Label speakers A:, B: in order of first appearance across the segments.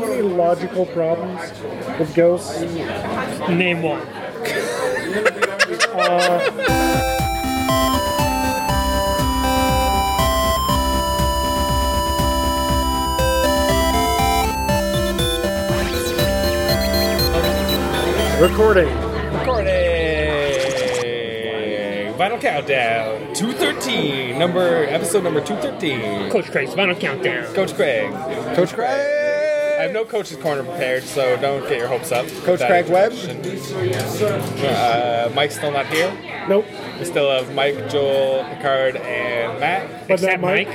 A: psychological problems with ghosts?
B: Name one.
A: Uh, Recording.
C: Recording. Vinyl countdown. Two thirteen. Number episode number two thirteen.
B: Coach Craig's final countdown.
C: Coach Craig.
D: Coach Craig.
C: I have no coach's corner prepared, so don't get your hopes up.
D: Coach Craig Webb?
C: Uh, Mike's still not here.
A: Nope.
C: We still have Mike, Joel, Picard, and Matt.
A: But that
B: Except Mike.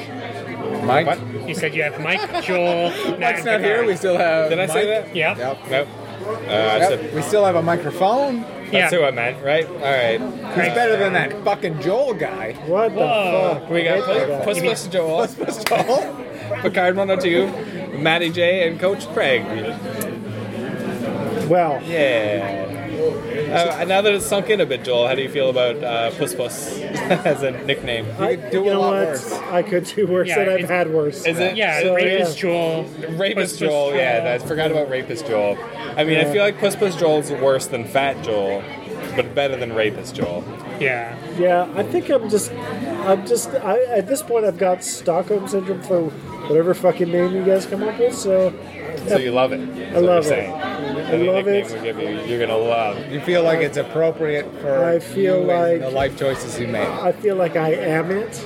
A: Mike.
D: Mike.
C: What?
B: You said you have Mike, Joel, Matt,
D: Mike's
B: and
D: not here.
B: Picard.
D: We still have.
C: Did I say
D: Mike.
C: that?
B: Yep.
D: Yep.
C: Nope. Uh, I
D: Yep.
C: said,
D: We still have a microphone.
B: Yeah.
C: that's who I meant, right? All right.
D: He's better than that fucking Joel guy.
A: What the
B: Whoa.
A: fuck?
C: We got
A: Wait,
C: Puss Puss Joel,
D: What's this, Joel?
C: Picard 102, Matty J, and Coach Craig.
A: Well,
C: Yeah. Uh, now that it's sunk in a bit, Joel, how do you feel about uh, Puss Puss as a nickname?
A: I,
D: could do
A: you
D: a
A: know
D: lot
A: what?
D: worse.
A: I could do worse,
B: Yeah,
A: and I've
B: it-
A: had worse.
C: Is it
B: Yeah,
A: So,
B: Rapist
A: yeah.
B: Joel.
C: Rapist
B: Puss Puss
C: Joel? Yeah, I forgot about Rapist Joel. I mean, I feel like Puss Puss Joel's worse than Fat Joel, but better than Rapist Joel.
B: Yeah.
A: Yeah, I think I'm just, I'm just. I at this point, I've got Stockholm syndrome for whatever fucking name you guys come up with. So,
C: So you love it. is
A: I
C: what you're
A: love it.
C: saying. Any
A: love
C: nickname
A: it.
C: we give you, you're gonna love.
D: You feel like it's appropriate for
A: I feel
D: you
A: like-
D: and the life choices you make.
A: I feel like I am it.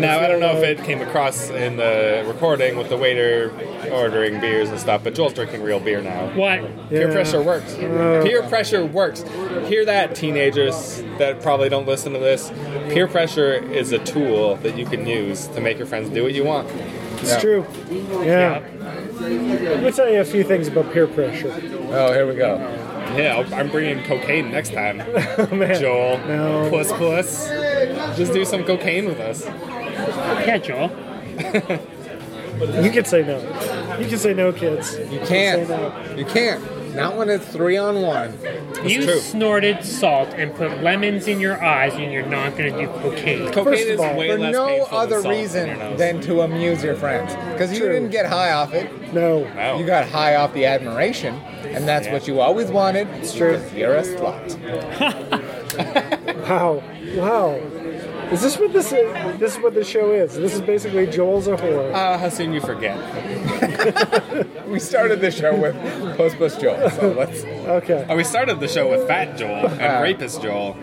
C: Now I don't know if it came across in the recording with the waiter ordering beers and stuff, but Joel's drinking real beer now.
B: What?
C: Peer
A: Yeah.
C: pressure works. Peer pressure works. Hear that, teenagers that probably don't listen to this. Peer pressure is a tool that you can use to make your friends do what you want.
A: It's true. Yeah. Let me tell you a few things about peer pressure.
D: Oh, here we go.
C: Yeah, I'll- I'm bringing cocaine next time.
A: Oh, Man.
C: Joel,
A: No.
C: puss puss. Just do some cocaine with us.
B: Yeah, Joel.
A: You can say no. You can say no, kids.
D: You
A: Say no.
D: can't. You can't. Not when it's three on one.
B: you
C: true.
B: snorted salt and put lemons in your eyes, and you're not going to do cocaine.
C: Cocaine
A: of
C: is
A: all,
C: way
D: For
C: less
D: no
C: painful than
D: other
C: salt in
D: reason
C: your nose.
D: than to amuse your friends. Because you
A: True.
D: didn't get high off it.
A: No.
C: Wow.
D: You got high off the admiration, and that's
C: Yeah.
D: what you always wanted. It's true. You're a slut.
A: Wow. Wow. Is this what this is? This is what the show is. This is basically Joel's a whore.
C: Uh, how soon you forget?
D: We started the show with Post Post Joel, so let's.
A: Okay.
C: Oh, we started the show with Fat Joel and
D: Uh.
C: Rapist Joel.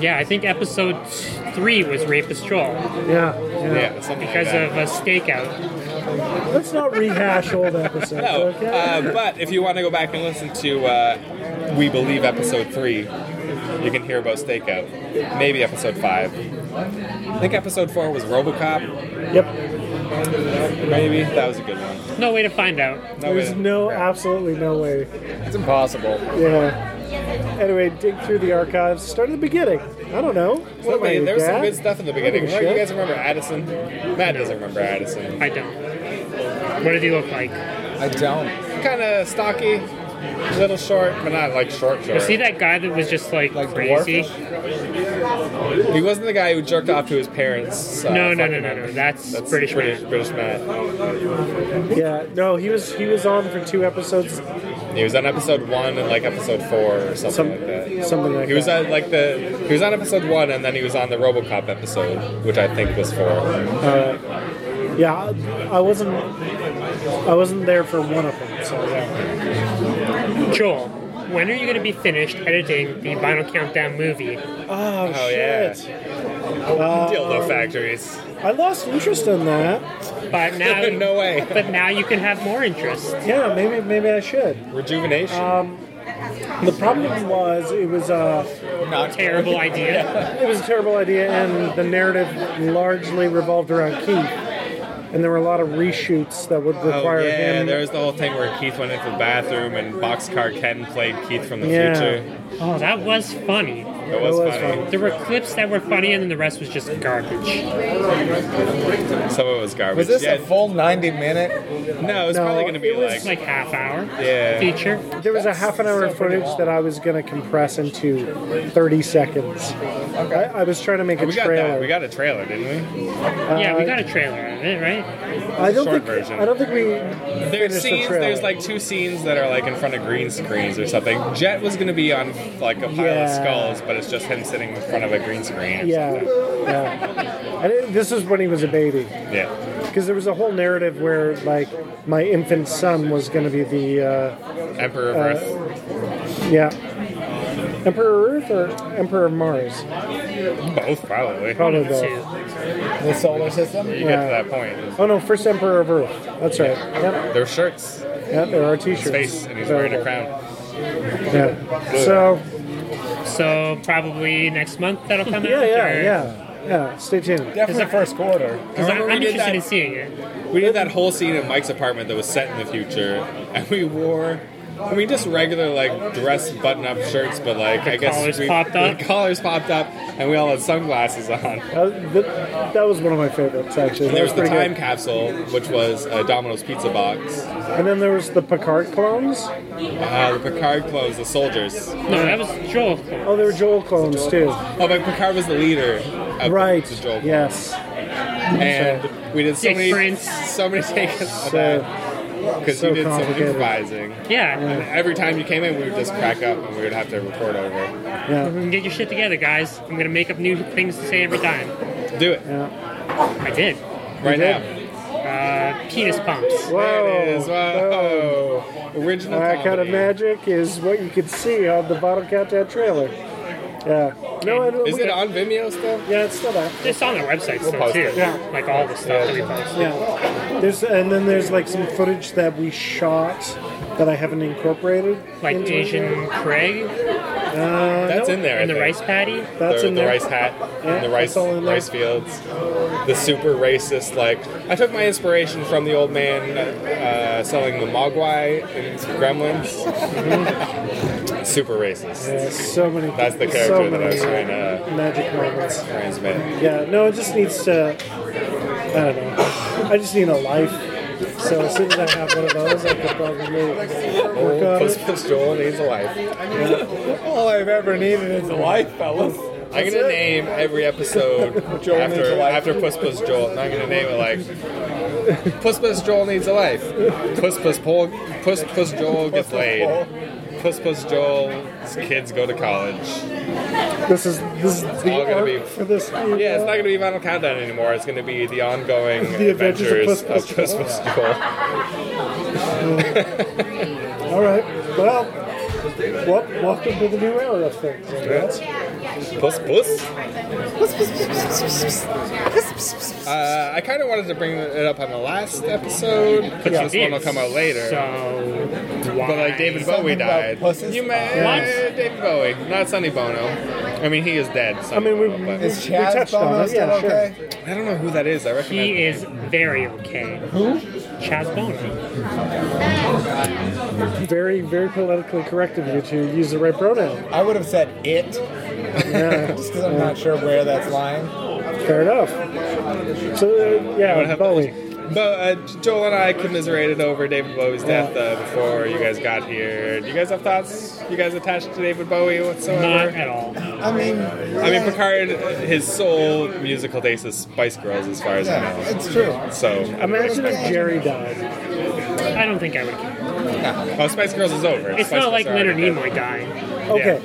B: Yeah, I think episode three was Rapist Joel
A: Yeah. Yeah.
C: Yeah, something like
B: because
C: that.
B: of a stakeout.
A: Let's not rehash old episodes.
C: No,
A: Okay.
C: uh, but if you want to go back and listen to uh, We Believe episode three, you can hear about Stakeout. Maybe episode five. I think episode four was RoboCop.
A: yep.
C: Maybe that was a good one.
B: No way to find out.
C: No,
A: There's
C: wait.
A: no, absolutely no way.
D: It's impossible.
A: Yeah. Anyway, dig through the archives. Start at the beginning. I don't know.
C: Well,
A: Somebody
C: wait, there was some
A: dad?
C: good stuff in the beginning.
A: Oh,
C: Right, you
A: shit.
C: guys remember Addison? Matt doesn't remember Addison.
B: I don't. What did he look like?
D: I don't.
C: Kind of stocky, little short, but not like short short.
B: Was he that guy that was just like,
D: Like
B: crazy?
C: He wasn't the guy who jerked off to his parents. uh,
B: No, no, no,
C: fucking
B: no, no.
C: them.
B: That's
C: That's
B: British
C: British,
B: man.
C: British Matt.
A: Yeah. No, he was he was on for two episodes.
C: He was on episode one and like episode four or something
A: Some-
C: like that.
A: something like
C: he was
A: that.
C: on like the he was on episode one and then he was on the RoboCop episode, which I think was four.
A: Yeah. I- I wasn't. I wasn't there for one of them. So yeah.
B: Joel, when are you going to be finished editing the Vinyl Countdown movie?
A: Oh,
C: Oh, yeah.
A: shit.
C: Dildo
A: Um,
C: factories.
A: I lost interest in that.
B: But now,
C: no way.
B: But now you can have more interest.
A: Yeah, maybe maybe I should.
C: Rejuvenation.
A: um, The problem was it was uh,
D: Not
B: Terrible idea.
A: it was a terrible idea, and the narrative largely revolved around Keith, and there were a lot of reshoots that would require
C: oh yeah,
A: him.
C: there was the whole thing where Keith went into the bathroom and Boxcar Ken played Keith from the
A: Yeah.
C: future.
B: Oh, that was funny.
C: It was,
A: It was
C: funny.
B: There were clips that were funny, and then the rest was just garbage.
C: Some of it was garbage.
D: Was this
C: yeah,
D: a full 90 minute?
C: no, it was
A: No,
C: probably going to be
A: it was
C: like,
B: Like half hour
C: Yeah.
B: feature.
A: There was a half an hour of
D: so pretty
A: footage
D: long.
A: that I was going to compress into 30 seconds. I, I was trying to make a
C: we got
A: trailer.
C: that. We got a trailer, didn't we?
A: Uh,
B: yeah, we got a trailer of it, right?
A: I don't think
C: short version.
A: I don't think we
C: There's
A: finished the
C: scenes.
A: trailer.
C: there's like two scenes that are like in front of green screens or something. Jet was going to be on like a pile of
A: Yeah.
C: skulls, but it's just him sitting in front of a green screen. Or
A: yeah,
C: Something.
A: yeah. And it- this is when he was a baby
C: Yeah.
A: because there was a whole narrative where like my infant son was going to be the uh,
C: Emperor of Earth.
A: yeah Emperor Earth or Emperor of Mars
C: Both probably.
A: probably
B: Two.
A: both.
D: The solar system?
C: You get
A: yeah.
C: to that point.
A: Oh no, first Emperor of Earth. That's right. Yep,
C: Their shirts,
A: yep there are T-shirts.
C: face, and he's wearing a crown.
A: Yeah. So
B: So probably next month that'll come
A: yeah,
B: out.
A: yeah,
B: or-
A: yeah, yeah. Stay tuned.
D: Definitely first quarter.
B: 'Cause I'm,
C: Remember we
B: I'm
C: did
B: interested
C: that-
B: in seeing it.
C: We did that whole scene in Mike's apartment that was set in the future, and we wore. I mean, just regular like dress button-up shirts, but like I guess
B: collars
C: we-
B: popped up?
C: The collars popped up, and we all had sunglasses on.
A: Uh, th- that was one of my favorites actually. That
C: There
A: was
C: was the
A: pretty
C: time
A: good.
C: capsule, which was a Domino's pizza box.
A: And then there was the Picard clones.
C: Uh, the Picard clones, the soldiers.
B: No, that was Joel.
A: Oh, they were Joel clones too.
C: Oh, but Picard was the leader. Of
A: Right.
C: The Joel.
A: Yes.
C: And we did so
B: Dick
C: many,
B: Prince.
C: so many takes of
A: So
C: that because
A: so
C: you did some
A: complicated.
C: improvising.
B: Yeah.
C: And every time you came in, we would just crack up and we would have to record over.
A: yeah,
B: Get your shit together, guys. I'm gonna make up new things to say every time.
C: Do it
A: yeah.
B: I did.
C: right
A: did.
C: now.
B: Uh, penis pumps.
A: Whoa.
C: There it is. Whoa. Original.
A: That kind of
C: comedy.
A: magic is what you can see on the Bottle Countdown trailer. Yeah. No, I don't.
C: Is it on Vimeo still?
A: Yeah, it's still up.
B: It's on their website still
C: post
B: too.
C: it.
A: Yeah.
B: Like all the stuff that we post.
A: Yeah. There's and then there's like some footage that we shot that I haven't incorporated.
B: Like
A: into it yet.
B: Asian Craig
C: That's in there. I
B: and the
C: think.
B: rice patty.
A: That's
C: the,
A: in
C: the
A: there.
C: rice hat,
A: Yeah,
C: and the rice
A: that's all in there.
C: rice fields, the super racist. Like I took my inspiration from the old man uh, selling the mogwai in Gremlins.
A: Mm-hmm.
C: super racist.
A: Yeah, so many.
C: That's the character
A: so
C: that I
A: many
C: was trying to
A: Magic moments.
C: transmit.
A: Yeah. No, it just needs to. I don't know. I just need a life. So as soon as I have one of those, I could probably work
C: Old
A: on
C: Puss
A: it.
C: Puss Joel needs a life.
D: All I've ever needed is a life, fellas.
C: I'm gonna
A: it.
C: name every episode
D: Joel needs a
C: after
D: life.
C: after Puss Puss Joel. And I'm gonna name it like Puss Puss Joel needs a life. Puss Puss Pol- Puss Puss Joel gets laid. Puss Puss Joel's kids go to college.
A: This is this is
C: all
A: the
C: gonna
A: arc
C: be-
A: for this.
C: Yeah, it's not going to be Vinyl Countdown anymore. It's going to be the ongoing
A: The Adventures
C: adventures of
A: of Puss
C: Puss
A: Puss
C: Puss Joel.
A: All right. Well, well, welcome to the new era of things. I guess.
C: Puss Puss? Uh, I kind of wanted to bring it up on the last episode, because
A: Yeah.
C: this one will come out later.
B: So why?
C: but like David
D: Something
C: Bowie
D: about
C: died.
D: pusses?
C: You may
B: What?
C: David Bowie, not Sonny Bono. I mean, he is dead. Sonny
A: mean, we-
C: Bono, but-
D: Is
A: We
D: Chad
A: touched on
D: Bono
A: it,
D: still
A: yeah, sure.
D: okay?
C: I don't know who that is. I recognize.
B: He is very okay. Who? Chaz Bono.
A: Very, very politically correct of you to use the right pronoun.
D: I would have said it,
A: Yeah,
D: just because I'm not sure where that's lying.
A: fair enough. So uh, yeah,
C: have
A: Bowie.
C: But uh, Joel and I commiserated over David Bowie's death uh, before you guys got here. Do you guys have thoughts? You guys attached to David Bowie
B: Not
C: whatsoever?
B: at all.
D: I mean,
C: I mean, Picard, uh, his sole musical taste is Spice Girls, as far as
D: Yeah,
C: I know.
D: it's true.
C: So,
A: Imagine if Jerry died.
B: I don't think I would care.
C: oh, Spice Girls is over.
B: It's
C: Spice
B: not like
C: Girls are
B: Leonard
C: already
B: Nimoy dying.
A: Okay,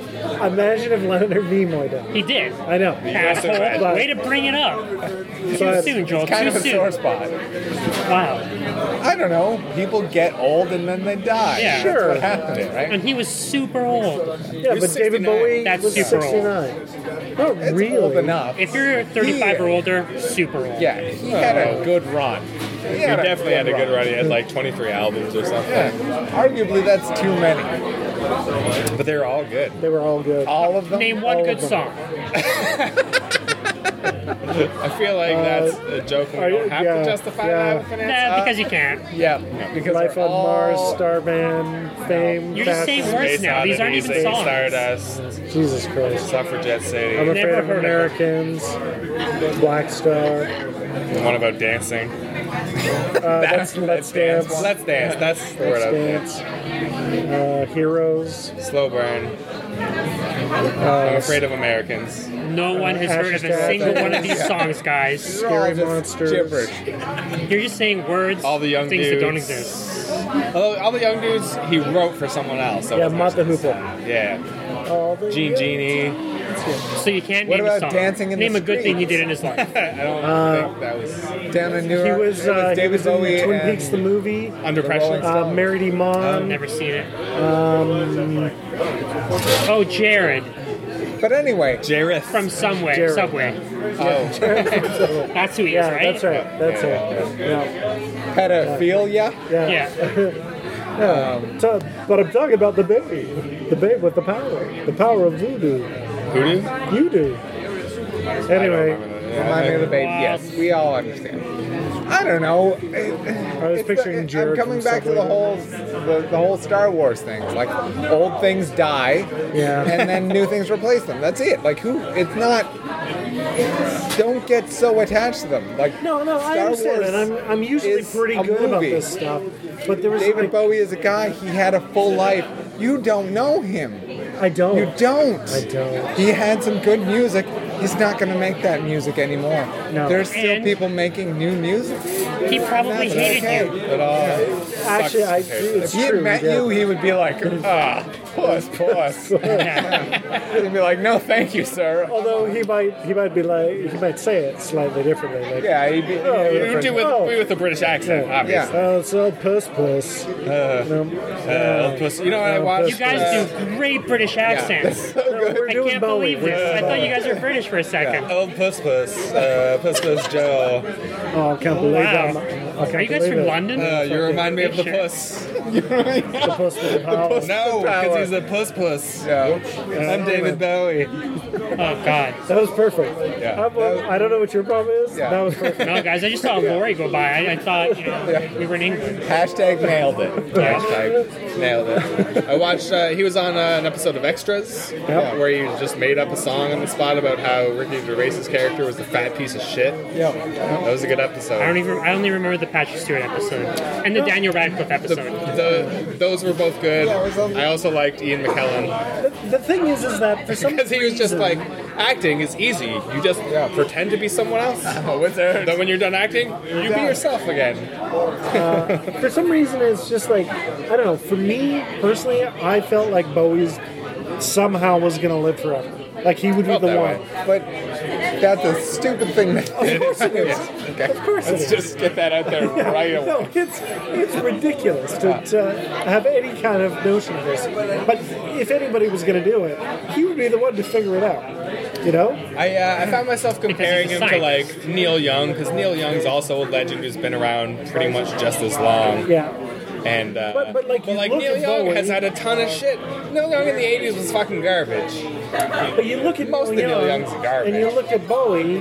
A: imagine if Leonard Nimoy died.
B: He did.
A: I know.
C: also
B: Asshole.
A: glad.
B: Way to bring it up. Too
A: But-
B: soon, Joel.
D: kind
B: Too
D: of a
B: soon.
D: sore spot.
B: Wow.
D: I don't know. People get old and then they die.
B: Yeah.
D: That's
A: Sure.
D: what happened, right?
B: And he was super old.
A: Yeah, but David
C: 69.
A: Bowie
B: That's
A: was
B: super old.
A: 69. Not
D: It's
A: really.
D: old enough.
B: If you're 35 or older, super old.
D: Yeah, he had a good run. He
C: He definitely had a good run. He had like 23 albums or something,
D: Yeah. Arguably, that's too many.
C: but they were all good.
A: They were all good.
D: All of them.
B: Name one
A: All
B: good
A: of them.
B: song.
C: I feel like that's a joke. and We
A: are you-
C: don't have
A: Uh, yeah,
C: to justify
A: yeah.
C: that with finance.
B: Nah,
C: Uh,
B: because you can't.
D: Yeah, because
A: Life
D: we're
A: on
D: all-
A: Mars, Starman, Fame.
B: You're just
A: Fast-
B: saying words
C: based
B: now.
C: on
B: These aren't even
C: amazing
B: songs.
C: Stardust,
A: Jesus Christ.
C: Suffragette City.
A: I'm afraid
B: Never
A: of
B: heard of it.
A: Americans. Black Star.
C: One about dancing.
A: Uh, that's Let's Dance.
C: Let's dance. That's the word.
A: Let's
C: I was thinking.
A: Dance. Uh, heroes.
C: Slow burn.
A: Uh,
C: I'm afraid of Americans.
B: No one has heard of a
A: Hashtag-
B: single one of these songs, guys.
D: They're all
A: Scary
D: just
A: monsters.
D: Gibberish.
B: You're just saying words,
C: All the young
B: things
C: dudes.
B: that don't exist.
C: Although all the young dudes, he wrote for someone else. so
A: Yeah,
C: it's not
A: Mata
C: just-
A: Hoopa.
C: Yeah,
A: All the
C: Gene Genie.
B: So you can't
D: What
B: name a
D: about
B: song.
D: dancing in the
B: name a good thing he
D: streets?
B: did in his
A: Uh,
B: life.
C: I don't think that was
D: down in New
A: He
D: York.
A: was,
D: it was
A: uh, he
D: David
A: was
D: Bowie
A: in Twin
D: and
A: Peaks the movie.
C: under
D: The
C: pressure.
D: Rolling
A: Uh,
D: Stones.
A: Married Iman.
B: Never seen it.
A: Um,
B: oh, Jared
D: But anyway,
C: Jareth
B: from somewhere,
A: Jared.
B: Subway.
C: oh,
B: That's who he
A: yeah,
B: is, right?
A: that's right. That's it. Yeah.
D: pedophilia.
A: Yeah.
B: Yeah.
A: So- but I'm talking about the babe. The babe with the power. The power of voodoo.
C: Hoodoo.
A: You do. Anyway,
D: Remind me of the baby.
B: Wow.
D: Yes, we all understand. I don't know.
A: I was picturing
D: I'm
A: Jared.
D: coming
A: from
D: back to the
A: Subway.
D: whole the, the whole Star Wars thing. Like old things die,
A: Yeah.
D: and then new things replace them. That's it. Like who? It's not. Don't get so attached to them. Like
A: No, no, I
D: Star
A: understand
D: Wars
A: that. I'm, I'm usually
D: is
A: pretty
D: a
A: good about
D: movie.
A: this stuff. But there was
D: David
A: like,
D: Bowie is a guy. He had a full life. You don't know him.
A: I don't.
D: You don't.
A: I don't.
D: He had some good music. He's not going to make that music anymore.
A: No.
D: There's still
B: And-
D: people making new music.
B: He probably
D: That's
B: hated
D: okay.
B: you.
C: But all
A: Actually, I do.
D: If
A: It's
D: he
A: true.
D: had met
A: yeah.
D: you, he would be like, ah, puss, puss.
B: Yeah.
D: He'd be like, no, thank you, sir.
A: Although he might, he might be like, he might say it slightly differently. Like,
D: Yeah, he'd be.
A: Oh,
D: he'd be
C: you
A: yeah.
D: like,
C: do with
A: Oh.
C: with a British accent,
A: Yeah.
C: obviously.
A: Oh, it's all puss puss. no,
C: Uh, plus- you know what I watched?
B: You guys do great British accents.
A: we're
B: I
A: doing
B: can't
A: Bowie.
B: believe
A: We're
B: this. I
A: doing
B: thought you
A: Bowie.
B: guys were British for a second.
C: Old Puss Puss, uh, Puss Puss Joe.
A: Oh, I can't believe that.
B: Wow.
A: I can't
B: Are you guys
A: believe
B: from
A: it.
B: London?
C: Uh, you remind me of the
B: Sure.
C: puss.
A: The puss with the power.
C: No, because
D: power.
C: he's a puss puss.
D: Yeah.
C: I'm David Bowie.
B: oh, God.
A: That was perfect.
C: Yeah.
A: I, well, I don't know what your problem is.
D: Yeah.
A: That was perfect.
B: No, guys, I just saw a lorry go by. I, I thought, you know, we were in England.
D: Hashtag nailed it.
B: Yeah.
C: Hashtag nailed it. I watched. Uh, he was on uh, an episode of Extras uh, where he just made up a song on the spot about how Ricky Gervais's character was a fat piece of shit.
A: yeah.
C: That was a good
B: I don't
C: episode.
B: even. I only remember the Patrick Stewart episode and the Daniel Radcliffe episode.
C: The, those were both good.
D: Yeah, it was on-
C: I also liked Ian McKellen
A: The, the thing is, is that for some
C: because he was just
A: reason-
C: like acting is easy. You just
D: Yeah.
C: pretend to be someone else.
D: Oh, wizard.
C: Then when you're done acting, you be yourself again.
A: for some reason it's just like I don't know. For me personally, I felt like Bowie's somehow was gonna live forever. Like he would be
C: Felt
A: the
C: that
A: one.
C: way.
D: But that's a stupid thing that.
A: Of course it is.
D: Okay.
A: Of course it
C: Let's
A: is.
C: just get that out there right away.
A: No, it's it's ridiculous to, to have any kind of notion of this. But if anybody was going to do it, he would be the one to figure it out. You know?
C: I, uh, I found myself comparing
B: he's
C: him
B: a
C: to
B: scientist.
C: like Neil Young because Neil Young's also a legend who's been around pretty much just as long.
A: Yeah.
C: And uh,
A: But- but, like, you look
C: Neil
A: at
C: Young
A: Bowie-
C: has had a ton of shit. Neil Young in the '80s was fucking garbage.
A: But you look at
C: Most of
A: Neil
C: Neil
A: Young,
C: Young's garbage.
A: and you look at Bowie,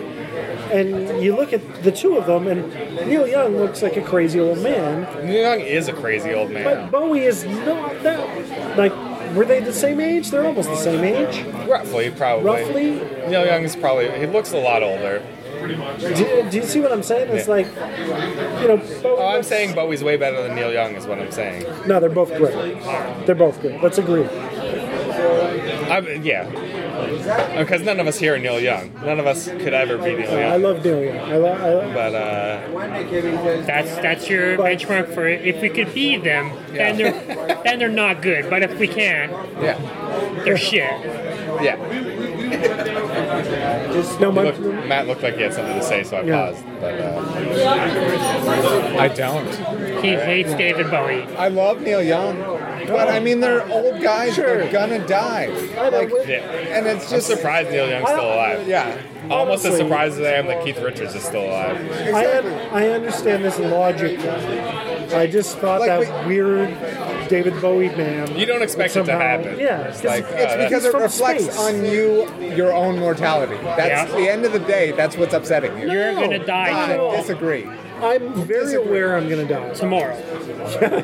A: and you look at the two of them, and Neil Young looks like a crazy old man,
C: Neil Young is a crazy old man.
A: but Bowie is not that. Like, were they the same age? They're almost the same age,
C: roughly, probably.
A: roughly.
C: Neil Young's probably he looks a lot older.
A: Do, do you see what I'm saying? It's like, you know. Bowie
C: Oh, I'm
A: looks-
C: saying Bowie's way better than Neil Young is what I'm saying.
A: No, they're both great. They're both great. Let's agree.
C: I, yeah, because none of us here are Neil Young. None of us could ever be Neil
A: I
C: Young.
A: love doing it. I, lo- I lo-
C: But uh,
B: That's that's your
A: But-
B: benchmark for it. if we could be them, then they're then they're not good. But if we can,
C: yeah,
B: they're shit.
C: yeah.
A: no, my,
C: Look, Matt looked like he had something to say, so I
A: Yeah.
C: paused. But uh,
D: I don't.
B: He hates David Bowie.
D: I love Neil Young, but I mean they're old guys.
A: Sure.
D: They're gonna die.
A: I know,
D: Like,
A: we're-
C: yeah,
D: and it's
C: I'm
D: just
C: surprised Neil Young's still alive.
D: Yeah.
C: Almost as
A: Honestly.
C: surprised as I am that Keith Richards is still alive.
A: I, un- I understand this logic. I just thought
D: Like
A: that
D: we-
A: weird David Bowie man.
C: You don't expect it to
A: somehow-
C: happen.
A: Yeah,
C: It's like,
A: it's-
C: uh,
D: It's
C: that's-
D: because
A: He's
D: it
A: from
D: reflects
A: space.
D: on you, your own mortality. That's
B: Yeah.
D: the end of the day. That's what's upsetting you.
B: You're
A: No,
B: gonna die
A: no.
D: I disagree.
A: I'm very
D: Disagree.
A: aware I'm going to die.
B: tomorrow.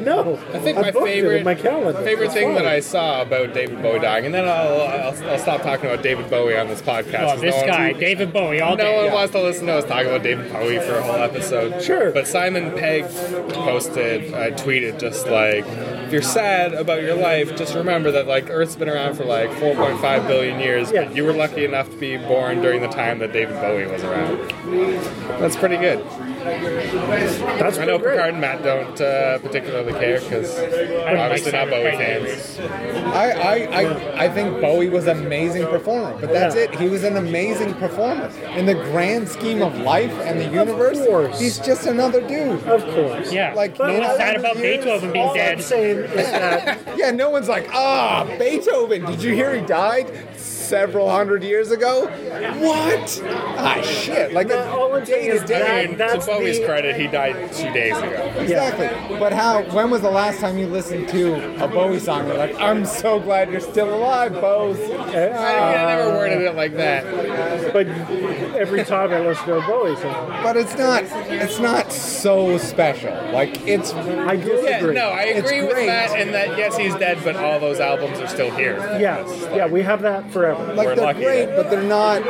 A: no,
C: I think my
A: booked it in
C: favorite
A: my calendar.
C: favorite
A: It's
C: thing
A: fine.
C: that I saw about David Bowie dying, and then I'll, I'll, I'll stop talking about David Bowie on this podcast.
B: Oh,
C: 'cause
B: this
C: no one's-
B: guy, David Bowie, all
C: No one
B: day.
C: wants to listen to us talk about David Bowie for a whole episode.
A: Sure.
C: But Simon Pegg posted, uh, tweeted, just like, if you're sad about your life, just remember that like Earth's been around for like 4.5 billion years,
A: Yeah.
C: but you were lucky enough to be born during the time that David Bowie was around. That's pretty good.
A: That's
C: I know
A: pretty great.
C: Picard and Matt don't uh, particularly care because obviously not
B: Simon
C: Bowie
B: Pegg.
C: fans.
D: I, I, I, I think Bowie was an amazing performer, but that's
A: Yeah.
D: it. He was an amazing performer. In the grand scheme of life and the universe,
A: course.
D: he's just another dude.
A: Of course.
B: Yeah.
D: Like,
B: no
D: you know,
B: one's sad about
D: years-
B: Beethoven being
A: All I'm
B: dead.
A: saying is that
D: Yeah, no one's like, ah, Beethoven, did you hear he died several hundred years ago? What? Ah, shit. Like,
A: No, all I'm
D: that
A: saying
D: date is
A: is
D: dated.
A: that-
C: I mean, to
A: that's
C: Bowie's
A: the-
C: credit, he died two days ago.
D: Exactly. But how? When was the last time you listened to a Bowie song? You're like, I'm so glad you're still alive, Bose.
C: I, mean, I never worded it like that.
A: But every time I listen to a Bowie song,
D: Ah, But it's not. It's not so special. Like it's.
A: I
C: Yeah,
A: disagree.
C: no, I
D: It's
C: agree with
D: great.
C: Matt in that yes, he's dead, but all those albums are still here.
A: Yes, yeah, we have that forever.
D: Like
C: We're
D: they're
C: lucky.
D: great, but they're not.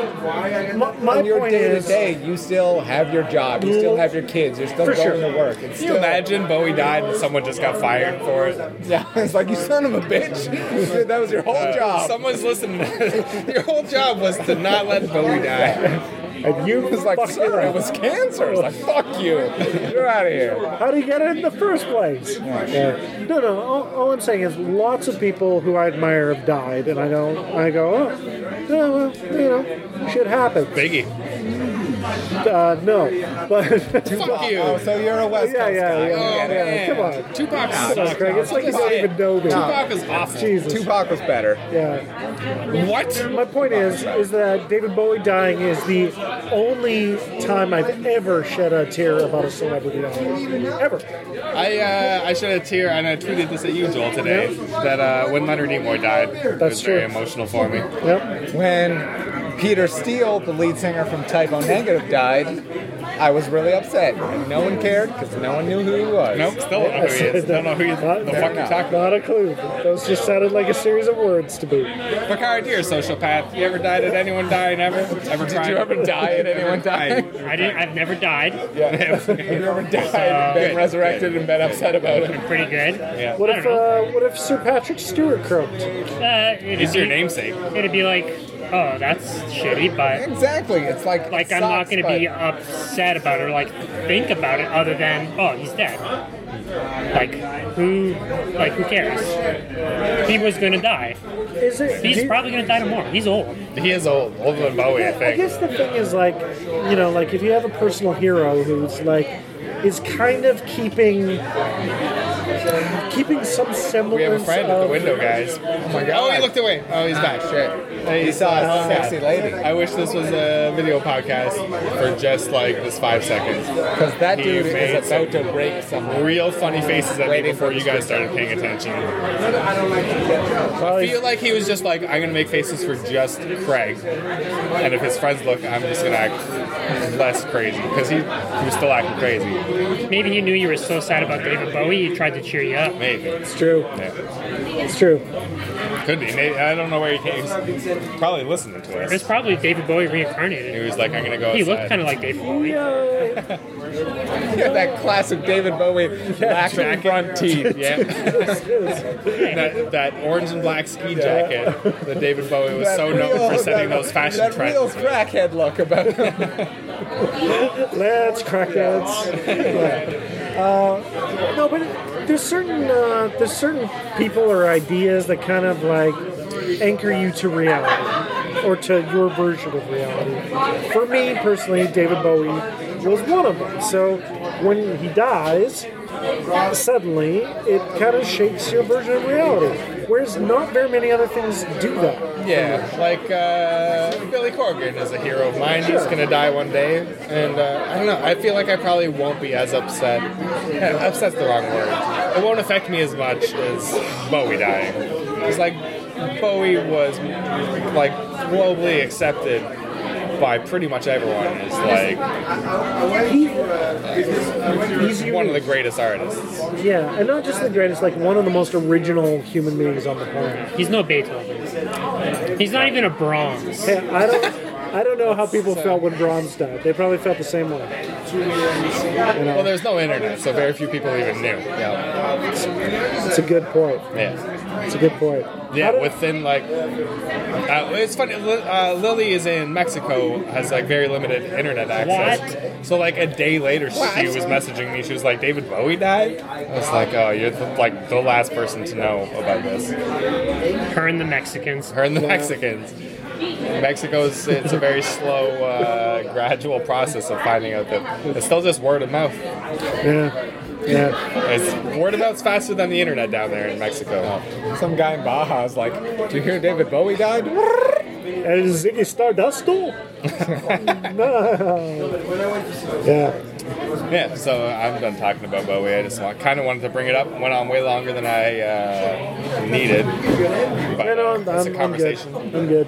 A: My, my
D: on your
A: point
D: day to
A: is,
D: day, you still have your job. You still have your kids. You're still
A: For
D: going
A: sure.
D: to work. It's
C: Can
D: still,
C: you imagine Bowie died and someone just got fired for it?
D: Yeah, it's like you son of a bitch. that was your whole
A: Uh,
D: job.
C: Someone's listening. Your whole job was to not let Bowie die.
A: and you
D: It was like,
A: fucked
D: sir, it
A: up.
D: was cancer. It's like, fuck you. You're out of here.
A: How do you get it in the first place? Yeah. No, no. All, all I'm saying is, lots of people who I admire have died, and I don't. I go, oh, yeah, well, you know, shit happens.
C: Biggie.
A: Uh, no, but
C: Fuck you.
D: Oh, so you're a West
A: yeah, yeah,
D: Coast
A: yeah.
D: guy.
C: Oh,
A: yeah,
C: man.
A: Come on,
C: Tupac
A: Jesus,
C: sucks.
A: Craig. It's like you don't even know me.
C: Tupac is awful.
A: Jesus.
D: Tupac was better.
A: Yeah.
C: What?
A: My point is, is that David Bowie dying is the only time I've ever shed a tear about a celebrity. Ever.
C: I uh, I shed a tear and I tweeted this at you, Joel, today that uh, when Leonard Nimoy died, it
A: That's
C: was
A: true.
C: very emotional for me.
A: Yep.
D: When Peter Steele, the lead singer from Type O Negative, died, I was really upset. And no one cared because no one knew who he was.
C: Nope, still don't know who he is. Don't know who you, the fuck you're talking about.
A: Not a clue. Those just sounded like a series of words to me.
C: Picard, you're a sociopath. You ever died at anyone dying ever? Ever Did
D: you ever die at anyone dying?
B: I didn't, I've never died.
D: Have you ever died and been
C: Good,
D: resurrected and been upset about it?
B: Pretty good.
C: Yeah.
A: What
B: I
A: if
B: don't know.
A: uh, what if Sir Patrick Stewart croaked?
B: Uh, it'd
C: It's your
B: be-
C: namesake.
B: It'd be like, oh, that's shitty, but
D: Exactly. It's like it
B: like I'm not
D: sucks,
B: going to be
D: but
B: upset about it or like think about it other than, oh, he's dead. Like who, like who cares? He was going to die.
A: Is it? do
B: He's
A: you-
B: probably going to die tomorrow. He's old.
C: He is old, older than Bowie, I
A: Yeah, I
C: think.
A: guess the thing is like, you know, like if you have a personal hero who's like is kind of keeping keeping some semblance
C: We have a friend at the
A: of-
C: window, guys. Oh my god. Oh, he looked away. Oh, he's back. Shit. Hey, uh,
D: He saw a sexy lady.
C: I wish this was a video podcast for just like this five seconds.
D: because that
C: He
D: dude
C: made
D: is about to break someone.
C: Real funny faces at me
D: Waiting
C: before
D: for
C: you
D: the
C: guys
D: street.
C: started paying attention. I
A: probably-
C: feel like he was just like, I'm gonna make faces for just Craig, and if his friends look, I'm just gonna act less crazy because he, he was still acting crazy.
B: Maybe he knew you were so sad about David Bowie, he tried to cheer you up.
C: Maybe
A: It's true.
C: Yeah.
A: It's true.
C: could be. Maybe, I don't know where he came. He's probably listening to
B: It's
C: us.
B: probably David Bowie
C: He
B: reincarnated.
C: was like, I'm gonna go.
B: He looked
C: outside."
B: kind of like David Bowie.
A: Yeah.
D: Yeah, that classic David Bowie black and front teeth.
C: Yeah, that, that orange and black ski jacket that David Bowie was
D: That
C: so known for
D: real-
C: setting
D: that-
C: those fashion
D: that
C: trends.
D: real crackhead look about him.
A: Let's crack that. Uh, no, but there's certain uh, there's certain people or ideas that kind of like anchor you to reality or to your version of reality. For me personally, David Bowie was one of them. So when he dies, suddenly it kind of shakes your version of reality. Whereas not very many other things do that.
C: Yeah, like uh, Billy Corgan is a hero of mine. He's
A: Sure.
C: gonna die one day, and uh, I don't know. I feel like I probably won't be as upset. Yeah, upset's the wrong word. it won't affect me as much as Bowie dying. It's like Bowie was like globally accepted by pretty much everyone as like
A: He's
C: one of the
A: unique.
C: greatest artists.
A: yeah, and not just the greatest, like one of the most original human beings on the planet.
B: He's no Beethoven. He's not even a Brahms.
A: Hey, I don't, I don't know how people felt when Brahms died. They probably felt the same way.
C: Well, there's no internet, so very few people even knew.
D: Yeah.
A: It's a good point.
C: Yeah,
A: It's a good point. How
C: yeah.
A: did-
C: Within like, uh, it's funny. Li- Uh, Lily is in Mexico, has like very limited internet access. So like a day later, she was messaging me. She was like, "David Bowie died." I was like, "Oh, you're the, like the last person to know about this."
B: Her and the Mexicans.
C: Her and the Mexicans. Mexico's it's a very slow, uh, gradual process of finding out that it's still just word of mouth.
A: yeah, yeah.
C: It's word of mouth's faster than the internet down there in Mexico.
D: Some guy in Baja is like, "Do you hear David Bowie died?"
A: And Ziggy Stardust too? no. Yeah.
C: Yeah, so I'm done talking about Bowie. I just want, kind of wanted to bring it up. Went on way longer than I uh, needed. But
A: No, no,
C: uh,
A: I'm,
C: it's a
A: I'm, I'm good.
C: conversation.
A: I'm good.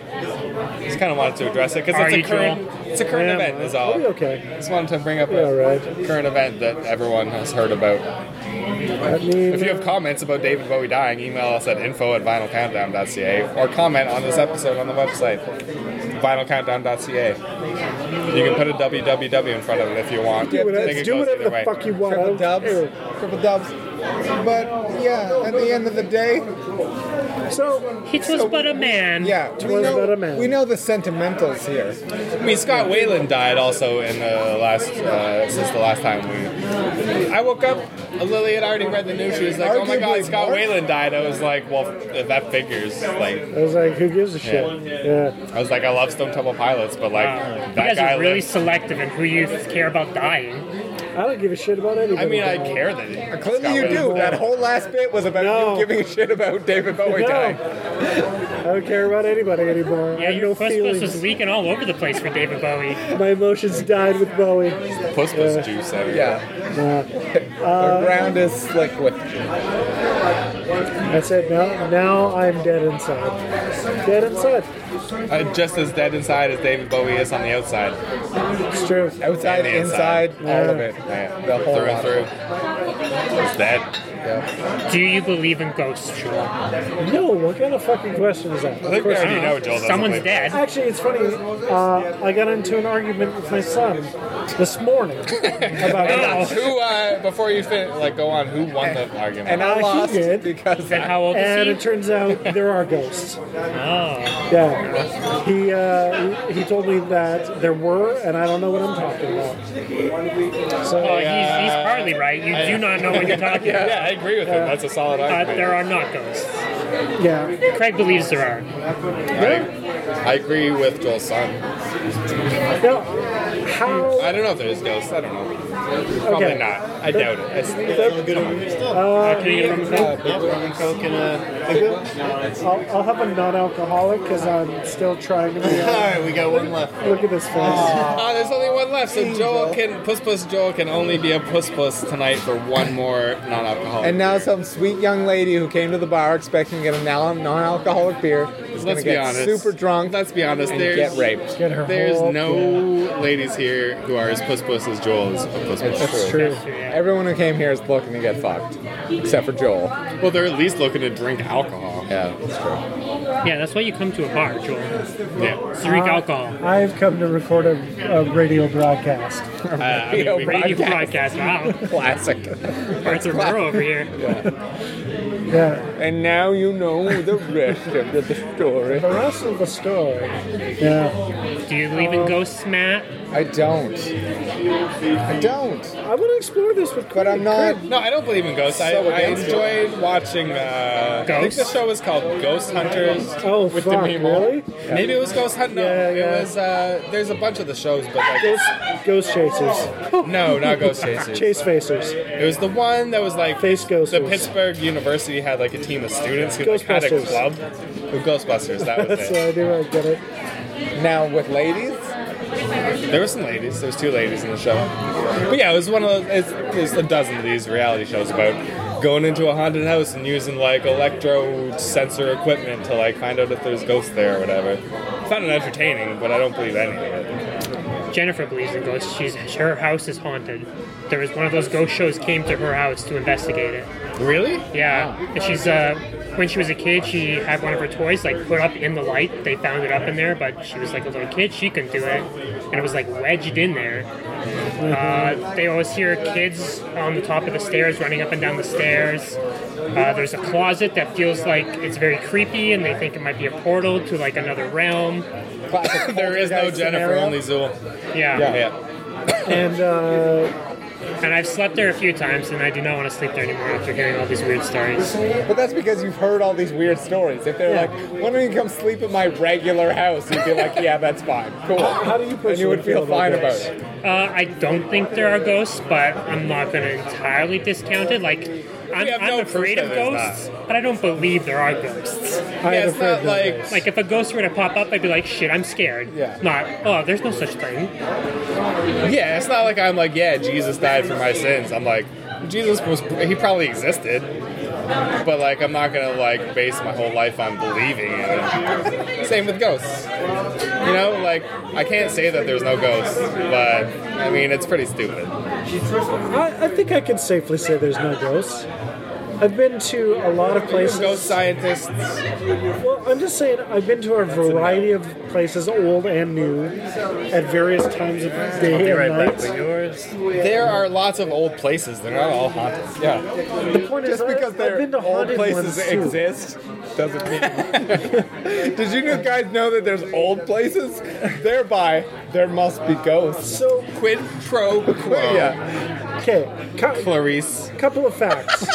C: Just kind of wanted to address it because
B: Are you
C: it's a current, it's a current
A: Yeah,
C: event. Is all.
A: I'll be okay.
C: Just wanted to bring up
A: Yeah,
C: a
A: right.
C: current event that everyone has heard about.
A: I mean,
C: If you have comments about David Bowie dying, email us at info at vinylcountdown.ca or comment on this episode on the website, vinylcountdown.ca. You can put a www in front of it if you want.
A: do
C: I
A: whatever,
C: think it
A: do
C: goes
A: whatever
C: either
A: the
C: way.
A: fuck you want. I
D: Triple
A: don't
D: dubs.
A: care.
D: Triple dubs. But yeah, at the end of the day,
A: So,
B: He was but a man.
D: yeah, we
A: Was but a
D: know,
A: man.
D: we know the sentimentals here.
C: I mean, Scott Whalen died also in the last uh, since the last time we. I woke up. Lily had already read the news. She was like, "Oh my God,
D: Arguably
C: Scott
D: more-
C: Whalen died." I was like, "Well, if that figures." Like,
A: I was like, who gives a shit? Yeah.
C: I was like, "I love Stone Temple Pilots," but like
B: Wow. You
C: that
B: guys
C: guy
B: are really
C: lived.
B: selective in who you care about dying.
A: I don't give a shit about anybody.
C: I mean, I care that. Scott
D: Clearly, you
C: Whalen-
D: do. That whole last bit was about
A: No.
D: you giving a shit about David Bowie
A: No.
D: dying.
A: I don't care about anybody anymore. I
B: Yeah,
A: have
B: your
A: no
B: puss
A: feelings.
B: puss was leaking all over the place for David Bowie.
A: My emotions died with Bowie.
C: Puss Puss Juice. I mean.
D: Yeah,
A: Nah,
D: the ground is slick with.
A: that's it. Now, now I'm dead inside. Dead inside.
C: Uh, just as dead inside as David Bowie is on the outside.
A: It's true.
C: And
D: Outside,
C: the
D: inside, all of it.
C: Yeah.
D: The whole
C: through and
D: lot.
C: through. It's dead.
D: Yeah.
B: Do you believe in ghosts? Joel?
A: No, what kind of fucking question is that?
C: I think we already know Joel doesn't
B: Someone's
C: believe-
B: dead.
A: Actually, it's funny. Uh, I got into an argument with my son this morning about
B: Oh.
C: Who, uh, before you fin- like go on, who won the argument?
D: And
A: Uh,
D: I
A: he
D: lost
A: did.
D: because
B: And how old
A: And
B: is
A: it
B: he?
A: turns out there are ghosts.
B: Oh,
A: Yeah, he uh, he told me that there were, and I don't know what I'm talking about. So
B: well, oh, he's, he's partly right. You do not know what you're talking
C: yeah,
B: about.
C: I agree with him. That's a solid
B: Uh,
C: argument.
B: there are not ghosts.
A: yeah,
B: Craig believes there are.
C: I, I agree with Joel's son.
A: no, how?
C: I don't know if there's ghosts. I don't know. Probably
A: Okay. uh,
C: not. I doubt it. It's, Oh,
B: Can you get a rum and coke?
D: uh,
A: I'll, I'll have a non-alcoholic because I'm still trying to be.
E: All
A: A,
E: right, we got one left.
A: look at this face.
C: oh, there's only one left, so Joel can Puss Puss Joel can only be a Puss Puss tonight for one more non-alcoholic.
D: And now
C: beer.
D: some sweet young lady who came to the bar expecting to get a non- non-alcoholic beer is going
C: let's
D: to
C: be
D: get
C: honest.
D: super drunk
C: Let's be honest.
D: and
C: There's
D: get raped.
A: Get her
C: There's
A: whole-
C: no ladies here who are as puss puss as Joel is a puss puss.
D: That's true.
B: That's true, yeah.
D: Everyone who came here is looking to get fucked, except for Joel.
C: Well, they're at least looking to drink alcohol.
D: Yeah, that's true.
B: Yeah, that's why you come to a bar, Joel.
C: Yeah.
B: To drink alcohol.
A: I've come to record a, a radio broadcast.
C: Uh, I mean, we-
B: Radio broadcast.
D: Broadcast.
B: Wow.
D: Classic.
B: Arthur Burrow over here.
A: Yeah,
D: and now you know the rest of the story.
A: the rest of the story. Yeah,
B: Do you believe
C: Oh.
B: in ghosts, Matt?
D: I don't. I don't.
A: I want to explore this with.
D: But I'm not.
C: no, I don't believe in ghosts. I,
D: So
C: I
D: against you.
C: enjoyed watching. Uh, I think the
B: Ghosts?
C: show was called Ghost Hunters.
A: Oh
C: with
A: fuck!
C: the meme.
A: Really?
C: Maybe it was Ghost Hunt. No,
A: Yeah, yeah.
C: it was. Uh, there's a bunch of the shows, but like,
A: Ghost, ghost chasers.
C: no, not Ghost Chasers.
A: Chase facers.
C: It was the one that was like
A: Face ghosts.
C: The Pittsburgh University had like a team of students who like, had a
A: Ghostbusters.
C: club. Oh, Ghostbusters, that was
A: That's
C: it.
A: what I do. I get it.
D: Now with ladies,
C: There were some ladies. There was two ladies in the show. But yeah, it was one of those. It's, there's a dozen of these reality shows about going into a haunted house and using like electro sensor equipment to like find out if there's ghosts there or whatever. It's not entertaining, but I don't believe any of it.
B: Jennifer believes in ghosts. She's her house is haunted. There was one of those ghost shows came to her house to investigate it.
C: Really?
B: Yeah, and she's uh, when she was a kid, she had one of her toys like put up in the light. They found it up in there, but she was like a little kid. She couldn't do it, and it was like wedged in there. Uh, they always hear kids on the top of the stairs running up and down the stairs. Uh, there's a closet that feels like it's very creepy, and they think it might be a portal to like another realm.
D: Classic
C: There is no
D: poltergeist
C: Jennifer,
D: scenario.
C: only Zool.
B: yeah.
C: Yeah.
A: And uh,
B: And I've slept there a few times, and I do not want to sleep there anymore after hearing all these weird stories.
D: But that's because you've heard all these weird stories. If they're
A: Yeah.
D: like, "Why don't you come sleep at my regular house?" You'd be like, "Yeah, that's fine, cool."
A: How do you
D: And you would
A: personally
D: feel
A: feel about
D: fine about
A: this?
D: it.
B: Uh, I don't think there are ghosts, but I'm not going to entirely discount it. Like, I'm,
C: have
B: I'm
C: no
B: afraid
C: proof
B: of
C: that there's
B: ghosts, but I don't believe there are ghosts.
A: I
C: Yeah,
A: have
C: it's
A: a friend
C: not
A: who
C: like-
A: does.
B: Like, if a ghost were to pop up, I'd be like, shit, I'm scared.
D: Yeah.
B: Not, oh, there's no such thing.
C: Yeah, it's not like I'm like, yeah, Jesus died for my sins. I'm like, Jesus was, he probably existed. But like, I'm not gonna like base my whole life on believing in it. Same with ghosts. You know, like, I can't say that there's no ghosts, but I mean, it's pretty stupid.
A: I, I think I can safely say there's no ghosts. I've been to a lot of places.
C: Ghost scientists,
A: Well, I'm just saying, I've been to a variety of places, old and new, at various times of day and night.
E: yours.
C: there are lots of old places. They're not all haunted.
D: Yeah,
A: The point is,
D: just
A: I-
D: because
A: I've
D: they're
A: been to
D: old
A: haunted
D: places
A: ones
D: that
A: too.
D: exist doesn't mean. Did you new guys know that there's old places? Thereby, there must be ghosts.
A: So,
C: Quid pro quo.
D: Yeah,
A: okay, cou-
C: Clarice.
A: couple of facts.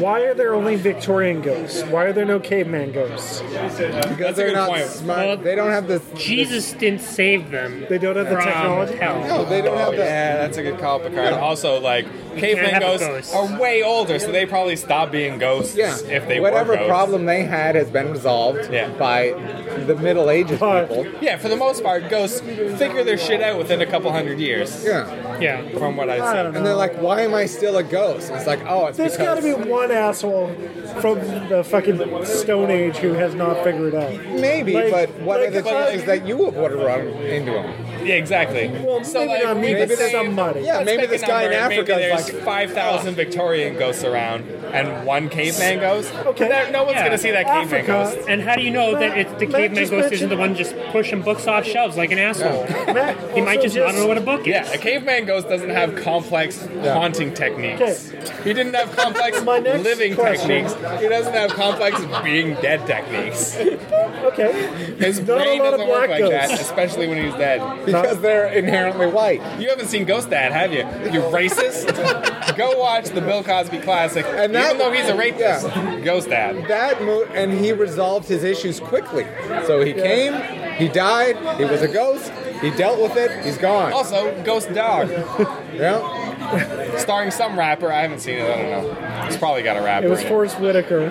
A: Why are there only Victorian ghosts? Why are there no caveman ghosts?
D: because
C: a
D: they're
C: good
D: not
C: point.
D: smart.
B: Well,
D: they don't have this.
B: Jesus didn't save them.
A: They don't have the
B: from
A: technology?
B: Hell.
D: No, Oh, they don't have the.
C: Yeah, that's a good call, Picard. Also, like, caveman
B: have a
C: ghosts
B: ghost.
C: are way older, so they probably stopped being ghosts
D: Yeah,
C: if they
D: whatever
C: were ghosts.
D: problem they had has been resolved
C: Yeah.
D: by the Middle Ages
A: But-
D: people.
C: Yeah, for the most part, ghosts figure their shit out within a couple hundred years.
D: Yeah.
B: Yeah.
C: From what
A: I
C: I've
A: don't
C: seen.
A: know.
D: And they're like, why am I still a ghost? And it's like, oh, it's
A: There's got
D: because
A: to be one asshole from the fucking Stone Age who has not figured it out.
D: Maybe,
A: Like-
D: but what
A: like
D: are the
A: if I-
D: chances that you would have run into him?
C: Yeah, exactly.
A: Well,
C: so,
A: maybe
C: like,
A: not me,
C: we
A: but
C: could say-
A: somebody.
D: Yeah,
C: let's
D: maybe
C: pick a
D: this guy in
C: number, and
D: Africa
C: maybe
D: is
C: there's
D: like-
C: 5,000 Victorian ghosts around and one caveman ghost.
A: Okay.
C: No, no one's
B: Yeah.
C: going to see that caveman
A: Africa.
C: ghost.
B: And how do you know that it's the
A: Matt
B: caveman
A: just
B: ghost isn't
A: mentioned-
B: the one just pushing books off shelves like an asshole?
A: Matt
B: He might
A: also
B: just, not know what a book is.
C: Yeah, a caveman ghost doesn't have complex haunting techniques. He didn't have complex
A: My next
C: living
A: question.
C: techniques. He doesn't have complex being dead techniques.
A: Okay.
C: His
A: Not a
C: brain
A: lot of
C: doesn't work
A: black
C: like that,
A: ghosts.
C: especially when he's dead.
D: Because they're inherently white.
C: You haven't seen Ghost Dad, have you? You racist? Go watch the Bill Cosby classic.
D: And that-
C: even though he's a rapist, Ghost Dad.
D: That mo- and he resolved his issues quickly. So he came, he died, he was a ghost, he dealt with it, he's gone.
C: Also, Ghost Dog,
D: Yeah.
C: starring some rapper. I haven't seen it. I don't know. It's probably got a rapper.
A: It was
C: in
A: Forrest Whitaker.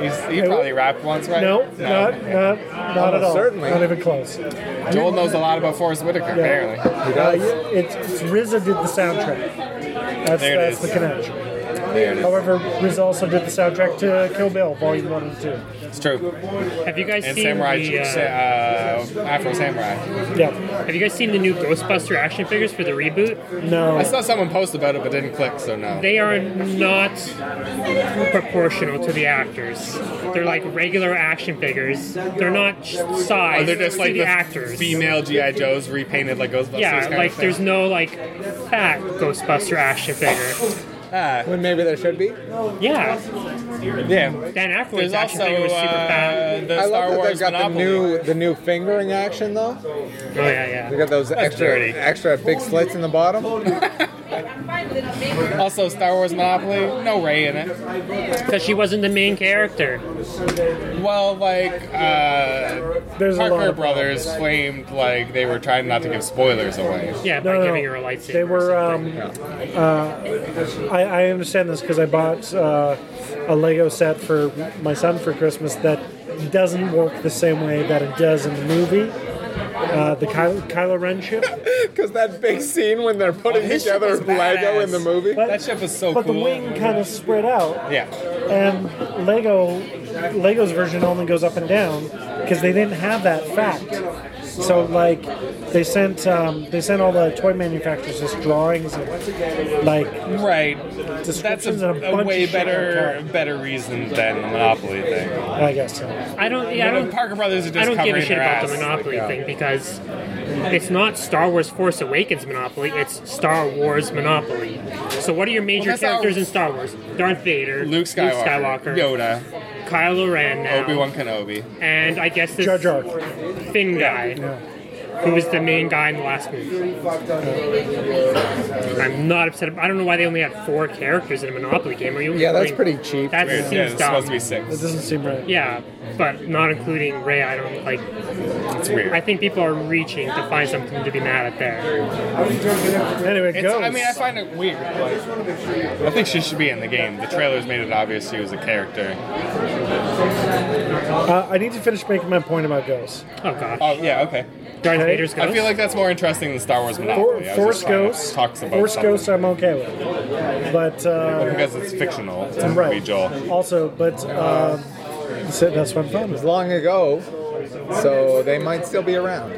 C: He's, he probably rapped once, right?
A: No, not not not at
D: Almost
A: all.
D: certainly.
A: Not even close.
C: Joel knows a lot about Forrest Whitaker, apparently.
A: Uh, yeah, it's, it's RZA did the soundtrack. That's,
C: There it
A: that's
C: is.
A: the connection.
C: There it is.
A: However, RZA also did the soundtrack to Kill Bill, Volume One and Two.
C: It's true.
B: Have you guys
C: And
B: seen
C: Samurai,
B: the, uh,
C: Sa- uh, Afro Samurai.
A: Yeah.
B: Have you guys seen the new Ghostbuster action figures for the reboot?
C: I
A: No.
C: saw someone post about it, but didn't click, so no.
B: They are not proportional to the actors. They're like regular action figures. They're not sh-
C: Are
B: sized
C: they Oh, just
B: to
C: like
B: the,
C: the
B: actors.
C: female GI Joes repainted like Ghostbusters?
B: yeah,
C: kind
B: like
C: of
B: there's
C: thing?
B: no like fat Ghostbuster action figure.
C: Ah,
D: When maybe there should be.
B: Yeah,
C: yeah.
B: Dan Aykroyd's
C: There's
B: action
C: also
B: figure was super
C: uh,
B: fat.
C: the
D: I
C: Star
D: love that
C: Wars
D: they've got
C: Monopoly.
D: the new the new fingering action though.
B: Oh yeah,
D: They
B: yeah.
D: got those extra
C: dirty.
D: extra big slits in the bottom.
C: Also, Star Wars Monopoly, no Ray in it.
B: Because she wasn't the main character.
C: Well, like uh,
A: There's a lot
C: Parker
A: of
C: Brothers claimed like they were trying not to give spoilers away.
B: Yeah,
A: No,
B: by
A: no,
B: giving
A: no.
B: her a lightsaber.
A: They were. Um, uh, I, I understand this because I bought uh, a Lego set for my son for Christmas that doesn't work the same way that it does in the movie. uh, the Kylo, Kylo Ren ship.
D: Because that big scene when they're putting
C: His ship
D: together
C: Oh, was
D: Lego
C: badass.
D: in the movie.
A: But-
C: That ship was so
A: but the
C: cool.
A: wing kind of spread out,
C: Yeah.
A: and Lego Lego's version only goes up and down because they didn't have that fact. So like they sent um, they sent all the toy manufacturers just drawings and like
C: Right. That's
A: Descriptions
C: a,
A: and a
C: a
A: bunch
C: way
A: of shit
C: better
A: on
C: better reason than the Monopoly thing.
A: I guess so.
B: I don't. Yeah, I
C: But
B: don't.
C: Parker Brothers are just
B: I don't give a
C: covering
B: shit
C: their
B: about
C: ass.
B: the Monopoly
C: Like, yeah.
B: thing because it's not Star Wars Force Awakens Monopoly. It's Star Wars Monopoly. So what are your major
C: Well, that's how-
B: characters in Star Wars? Darth Vader,
C: Luke Skywalker,
B: Skywalker,
C: Yoda,
B: Kylo Ren, now,
C: Obi Wan Kenobi.
B: and I guess this
A: Jar Jar.
B: Finn guy, who was the main guy in the last movie. I'm not upset. ab- I don't know why they only had four characters in a Monopoly game. Are you?
D: Yeah, that's
B: like,
D: pretty cheap.
B: That
C: Weird.
B: seems
C: Yeah, it's
B: dumb.
C: supposed to be
A: That
C: six.
A: doesn't seem right.
B: Yeah, but not including Ray, I don't like.
C: It's weird.
B: I think people are reaching to find something to be mad at there.
A: Anyway,
C: It's,
A: go.
C: I mean, I find it weird. Like, I think she should be in the game. The trailers made it obvious she was a character.
A: Uh, I need to finish making my point about Ghosts.
B: Oh gosh,
C: Oh yeah, okay.
B: Darth
A: okay.
B: Vader's ghost.
C: I feel like that's more interesting than Star Wars
A: For,
C: Monopoly. I was
A: Force
C: just trying to
A: Ghosts,
C: talks about
A: Force
C: something.
A: Ghosts, I'm okay with, but
C: Well,
A: uh,
C: because it's fictional. It's a movie,
A: right.
C: Joel.
A: Also, but uh, that's it, that's what I'm talking
D: It's
A: about.
D: long ago, so they might still be around.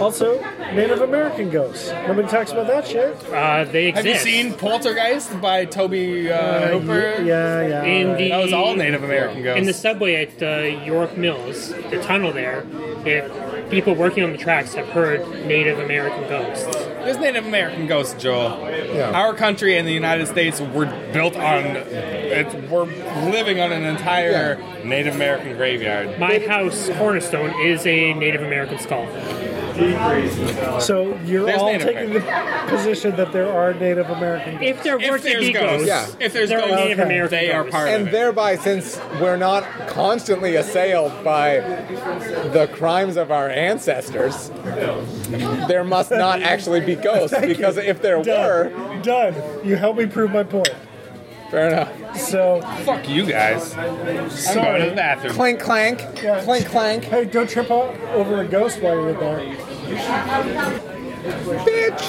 A: Also, Native American Ghosts. Nobody talks about that shit.
B: uh, they
C: Have
B: exist.
C: you seen Poltergeist by Toby uh,
A: Yeah,
C: Hooper?
A: yeah.
B: in
A: right.
B: the
C: That was all Native American ghosts.
B: in the subway at uh, York Mills, the tunnel there? If people working on the tracks have heard Native American ghosts.
C: There's Native American ghosts, Joel. Our country and the United States were built on. It's, we're living on an entire Native American graveyard.
B: My house cornerstone is a Native American skull.
A: So you're
C: There's
A: all
C: Native
A: taking the position that there are Native American ghosts.
B: If there
C: If
B: were to
C: there's
B: be
C: ghosts,
B: ghosts,
D: Yeah.
C: if there's
B: there
C: ghosts,
B: are Native
A: okay.
B: American
C: they are
B: ghosts.
C: part
D: And
C: of it.
D: thereby, since we're not constantly assailed by the crimes of our ancestors, there must not actually be ghosts. Because if there were,
A: Done. Done. You helped me prove my point.
D: fair enough.
A: So,
C: Fuck you guys. I'm going to the
A: sorry.
C: bathroom.
D: Clank, clank,
A: Yeah.
D: clank, clank.
A: Hey, don't trip o- over a ghost while you're there.
D: Bitch!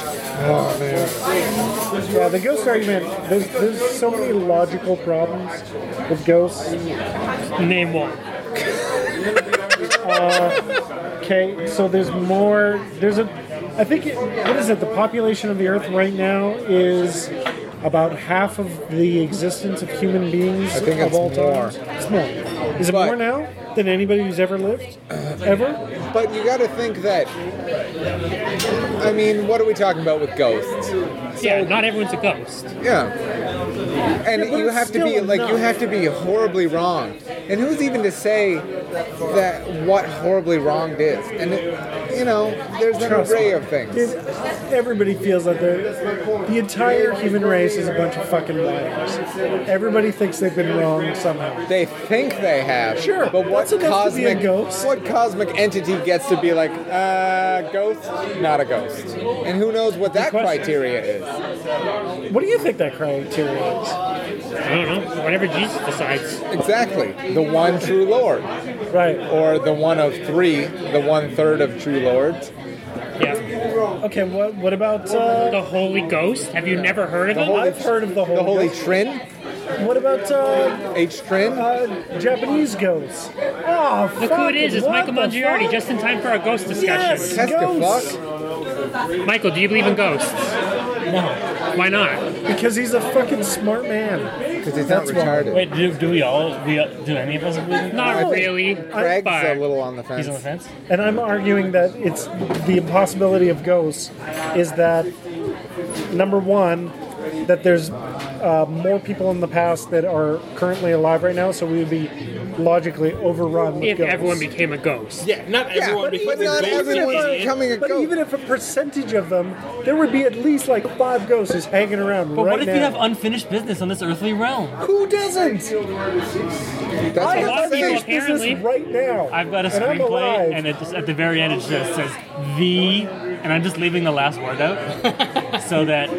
A: Yeah, the ghost argument, there's, there's so many logical problems with ghosts.
B: Name one.
A: Okay, so there's more. There's a. I think it, what is it? The population of the Earth right now is about half of the existence of human beings
D: I think
A: of
D: it's
A: all
D: more.
A: time. It's more. Is it
D: But- Uh,
A: more now than anybody who's ever lived? Ever?
D: But you gotta think that. I mean, what are we talking about with ghosts?
B: yeah, not everyone's a ghost.
D: Yeah. And
A: Yeah, but
D: you
A: it's
D: have to be
A: still
D: like you
A: enough.
D: have to be horribly wrong. And who's even to say that what horribly wronged is? And it, you know, there's an
A: Trust
D: array
A: me.
D: of
A: Dude,
D: things.
A: everybody feels like they're the entire human race is a bunch of fucking liars. Everybody thinks they've been wrong somehow.
D: They think they have.
A: Sure,
D: But what
A: that's enough to be a
D: cosmic
A: ghost.
D: what cosmic entity gets to be like, uh ghost? Not a ghost. And who knows what that
A: question.
D: criteria is?
A: What do you think that criteria is?
B: I don't know. Whatever Jesus decides.
D: Exactly. The one true Lord.
A: Right.
D: Or the one of three, the one third of true lords.
B: Yeah.
A: Okay. What? What about? Uh,
B: The Holy Ghost. Have you never heard of
D: The
B: him?
D: Holy-
A: I've heard of the Holy.
D: The Holy
A: Ghost.
D: Trin?
A: What about? Uh,
D: H Trin?
A: uh, Japanese ghosts. Oh,
B: Look who it is. It's Michael Mongiardi, just in time for our ghost
A: Yes,
B: discussion.
D: Pesca
A: ghosts.
D: fuck.
B: Michael, do you believe in ghosts?
E: No,
B: Why not?
A: Because he's a fucking smart man.
D: Because he's not
A: That's why.
D: retarded.
E: wait. Do, do we all? We do any of us believe? in-
B: Not
D: No.
B: really.
D: Craig's
B: but
D: a little on the fence.
E: He's on the fence.
A: And I'm arguing that it's the impossibility of ghosts is that number one, that there's uh, more people in the past that are currently alive right now, so we would be logically overrun with
B: if
A: ghosts.
B: everyone became a ghost.
F: Yeah, not
D: Yeah,
F: everyone
D: but
F: becomes a
D: even not
F: ghost.
D: everyone
F: Idiot.
D: becoming a
A: but
D: goat.
A: even if a percentage of them, there would be at least like five ghosts just hanging around
E: But
A: right
E: what if
A: now.
E: you have unfinished business on this earthly realm?
A: Who doesn't?
D: That's
A: I
D: what
A: have
D: I'm saying.
A: unfinished business
B: apparently-
A: right now.
E: I've got a
A: and I'm alive.
E: screenplay, and it just at the very end it just says the, and I'm just leaving the last word out so that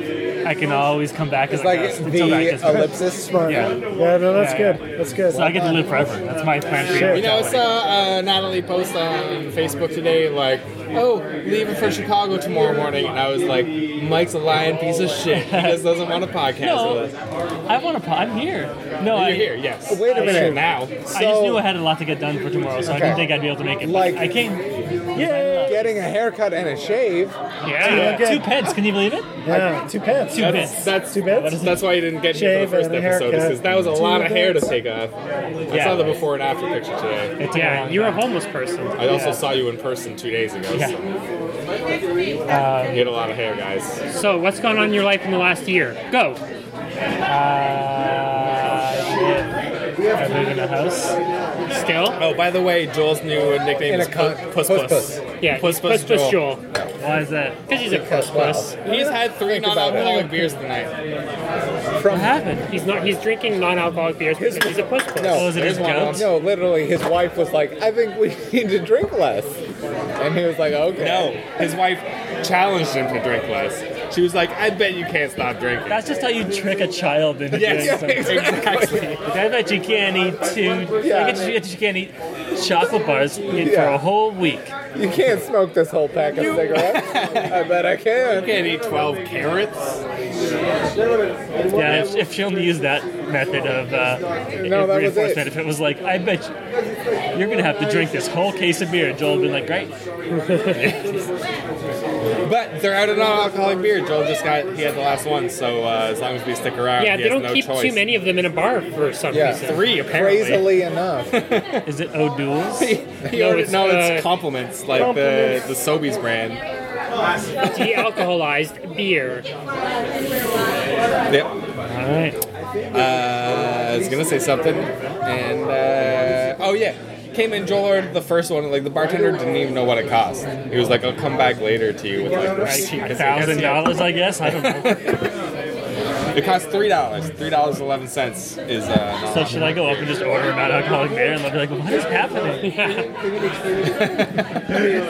E: I can always come back as
D: It's like
E: a guest until that
D: the
E: gets better.
D: ellipsis.
A: Smart.
E: Yeah.
A: Yeah, no, that's
E: Yeah, yeah.
A: good. That's good.
E: So I get to live forever. That's my plan for
A: Shit.
C: You know, I saw
E: immortality.
C: uh, Natalie post on Facebook today, like, oh, leaving for Chicago tomorrow morning. And I was like, Mike's a lying piece of shit. He just doesn't want to podcast
E: No,
C: with us.
E: I want to. I'm here. No, I,
C: You're here, yes.
D: Wait a
C: You're
D: minute.
C: here now.
E: I just
D: So-
E: knew I had a lot to get done for tomorrow, so I
D: Okay.
E: didn't think I'd be able to make it. but
D: Like-
E: I came.
A: Yay!
D: Getting a haircut and a shave.
B: Yeah.
A: Okay.
E: Oh, Two pence. Can you believe it?
A: Yeah. Two pets.
E: Two
C: That's
E: bits.
C: that's
A: Two bits?
C: that's- That's why you didn't get here
A: Shave
C: for the first
A: and a
C: episode.
A: haircut.
C: Because that was a
A: Two
C: lot of hair to
A: bits.
C: take off. I
E: Yeah.
C: saw the before and after picture today.
E: It,
B: Yeah,
E: uh,
B: you're a homeless person.
C: I also saw you in person two days ago.
E: Yeah.
C: So you had a lot of hair, guys.
B: So, what's gone on in your life in the last year? Go.
E: Uh, shit. I live in a house.
B: Still?
C: Oh, by the way, Joel's new nickname
D: In
C: is
D: a con-
C: Pu- Puss
D: Puss
C: Puss.
D: Puss.
B: Yeah.
C: Puss Puss Joel.
B: Joel.
E: Why is that?
B: Because he's a puss puss.
C: He's had three
D: Think about it.
C: non-alcoholic beers tonight.
E: What happened?
B: He's not. He's drinking non-alcoholic beers because he's a puss puss.
E: Oh,
D: No,
E: is it his
C: There's one
E: joke?
D: no, literally, his wife was like, I think we need to drink less. And he was like, okay.
C: No, his wife challenged him to drink less. She was like, "I bet you can't stop drinking."
E: That's just how you trick a child into doing
C: yes,
E: something.
C: exactly.
E: I bet you can't eat two.
D: Yeah.
E: I bet you, you can't eat chocolate bars in- for
D: Yeah.
E: a whole week.
D: You can't smoke this whole pack of cigarettes. I bet I
C: You
D: can.
C: can't eat twelve carrots.
E: Yeah, if, if she'll use that method of uh,
D: No, that was
E: reinforcement,
D: it.
E: if it was like, I bet you, you're gonna have to drink this whole case of beer, Joel would be like, great.
C: But they're out of non-alcoholic beer. Joel just got he had the last one, so uh, as long as we stick around,
B: Yeah,
C: he
B: they
C: has
B: don't
C: no
B: keep
C: choice.
B: too many of them in a bar for some
D: Yeah.
B: reason.
C: Three apparently.
D: Crazily enough.
E: Is it O'Doul's?
C: He
B: No,
C: ordered-
B: it's,
C: no, it's
B: uh,
C: compliments like the the Sobeys brand.
B: De-alcoholized beer.
C: Yep.
E: All right.
C: Uh, I was gonna say something, and uh, oh yeah, came in. Joel ordered the first one. Like the bartender didn't even know what it cost. He was like, "I'll come back later to you with like the
E: A
C: cheapest."
E: thousand dollars, I guess. I don't know.
C: It costs three dollars. Three dollars eleven cents is uh,
E: So should I go up and just order a non-alcoholic beer, and they'll be like, "What is happening?"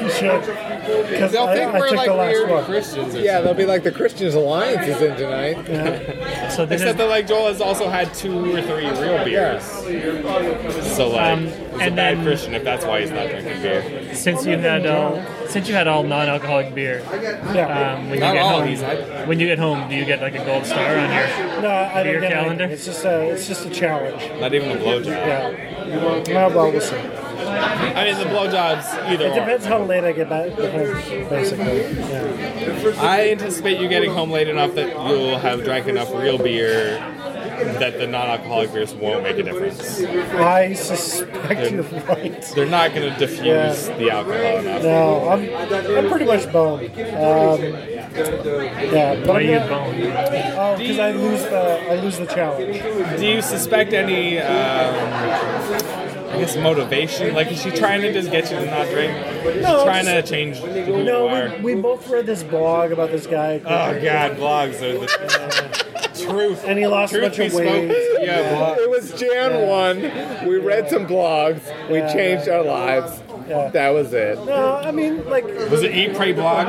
A: Because
C: They'll
A: I,
C: think
A: I
C: we're
A: took
C: like
A: the last
C: weird
A: one.
C: Christians. Or
D: Yeah, they'll be like, the Christians Alliance is in tonight.
E: So this
C: Except
E: is,
C: that like Joel has also had two or three real beers. So like
E: Um,
C: he's a bad
E: and then-
C: Christian if that's why he's not drinking beer.
E: since you had all since you had all non-alcoholic beer,
A: Yeah.
E: um, when you
C: Not
E: get
C: all
E: home,
C: he's had.
E: when you get home, do you get like a gold star on your?
A: no, I
E: Beer
A: don't get
E: calendar?
A: it. It's just a, it's just a challenge.
C: Not even a blowjob.
A: Yeah. Well, well, we'll see.
C: I mean the blowjobs either
A: It
C: or.
A: depends how late I get back to home, basically. Yeah.
C: I anticipate you getting home late enough that you'll have drank enough real beer that the non-alcoholic beers won't make a difference.
A: I suspect you're right.
C: They're not going to diffuse
A: Yeah.
C: the alcohol enough.
A: No, I'm, I'm pretty much boned. Um, yeah, but
E: Why
A: I'm
E: you
A: not-
E: bone?
A: Oh, because I lose the I lose the challenge.
C: Do you suspect any, um, I guess, motivation? Like, is she trying to just get you to not drink?
A: No,
C: She's trying to
A: just-
C: change who you are.
A: No, we, we both read this blog about this guy.
E: Ah.
C: Oh God, blogs are the truth.
A: And he lost a
C: truth
A: bunch of
C: be spoken.
A: weight.
C: Yeah, blog.
D: It was Jan 1. We read some blogs. We
A: Yeah.
D: changed our lives.
A: Yeah.
D: That was it.
A: No, I mean like
C: Was it Eat Pray blog?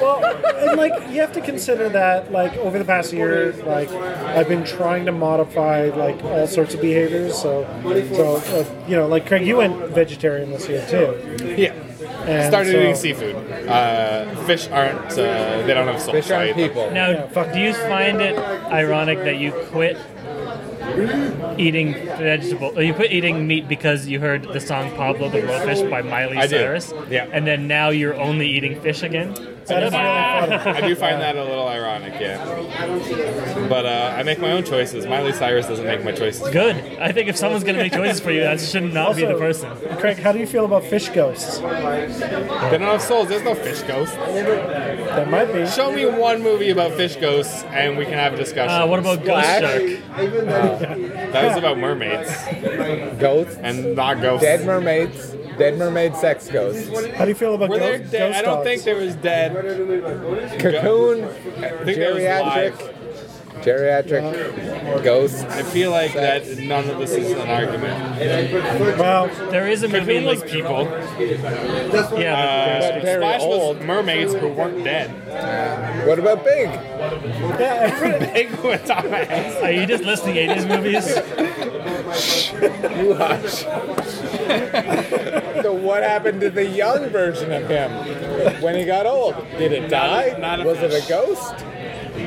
A: well, and like you have to consider that like over the past year, like I've been trying to modify like all sorts of behaviors. So, so uh, you know, like Craig, you went vegetarian this year too.
C: Yeah.
A: And
C: Started
A: so-
C: eating seafood. Uh, fish aren't. Uh, they don't have soul.
D: Fish
C: so I
D: aren't
C: eat them.
D: people.
E: Now,
A: Yeah, fuck.
E: do you find it ironic that you quit eating vegetable? Or you quit eating meat because you heard the song "Pablo the Blowfish" by Miley
C: I do.
E: Cyrus,
C: Yeah.
E: and then now you're only eating fish again.
A: That is really funny.
C: I do find that a little ironic, yeah. But uh, I make my own choices. Miley Cyrus doesn't make my choices.
E: Good. I think if someone's gonna make choices for you, that should not be the person.
A: Craig, how do you feel about fish ghosts?
C: They don't have souls. There's no fish ghosts.
A: That might be.
C: Show me one movie about fish ghosts, and we can have a discussion.
E: Uh, what about
D: Splash?
E: Ghost Shark?
C: that was about mermaids
D: Ghosts.
C: and not ghosts.
D: Dead mermaids. Dead mermaid sex ghosts.
A: How do you feel about
C: Were there
A: ghost,
C: dead?
A: ghost
C: I don't
A: dogs?
C: think there was dead.
D: Cocoon.
C: think that was
D: Geriatric.
C: live.
D: Geriatric ghosts.
C: I feel like that none of this is an argument.
A: Well,
E: There is a movie
C: Moonless
E: like
C: people,
E: yeah,
D: But very
C: Splash
D: old.
C: was mermaids who weren't dead.
D: What about Big?
C: Big was on my ass.
E: are you just listing 80s movies?
D: You watch. so what happened to the young version of him when he got old? Did it die?
C: not a
D: Was it
C: fish.
D: a ghost?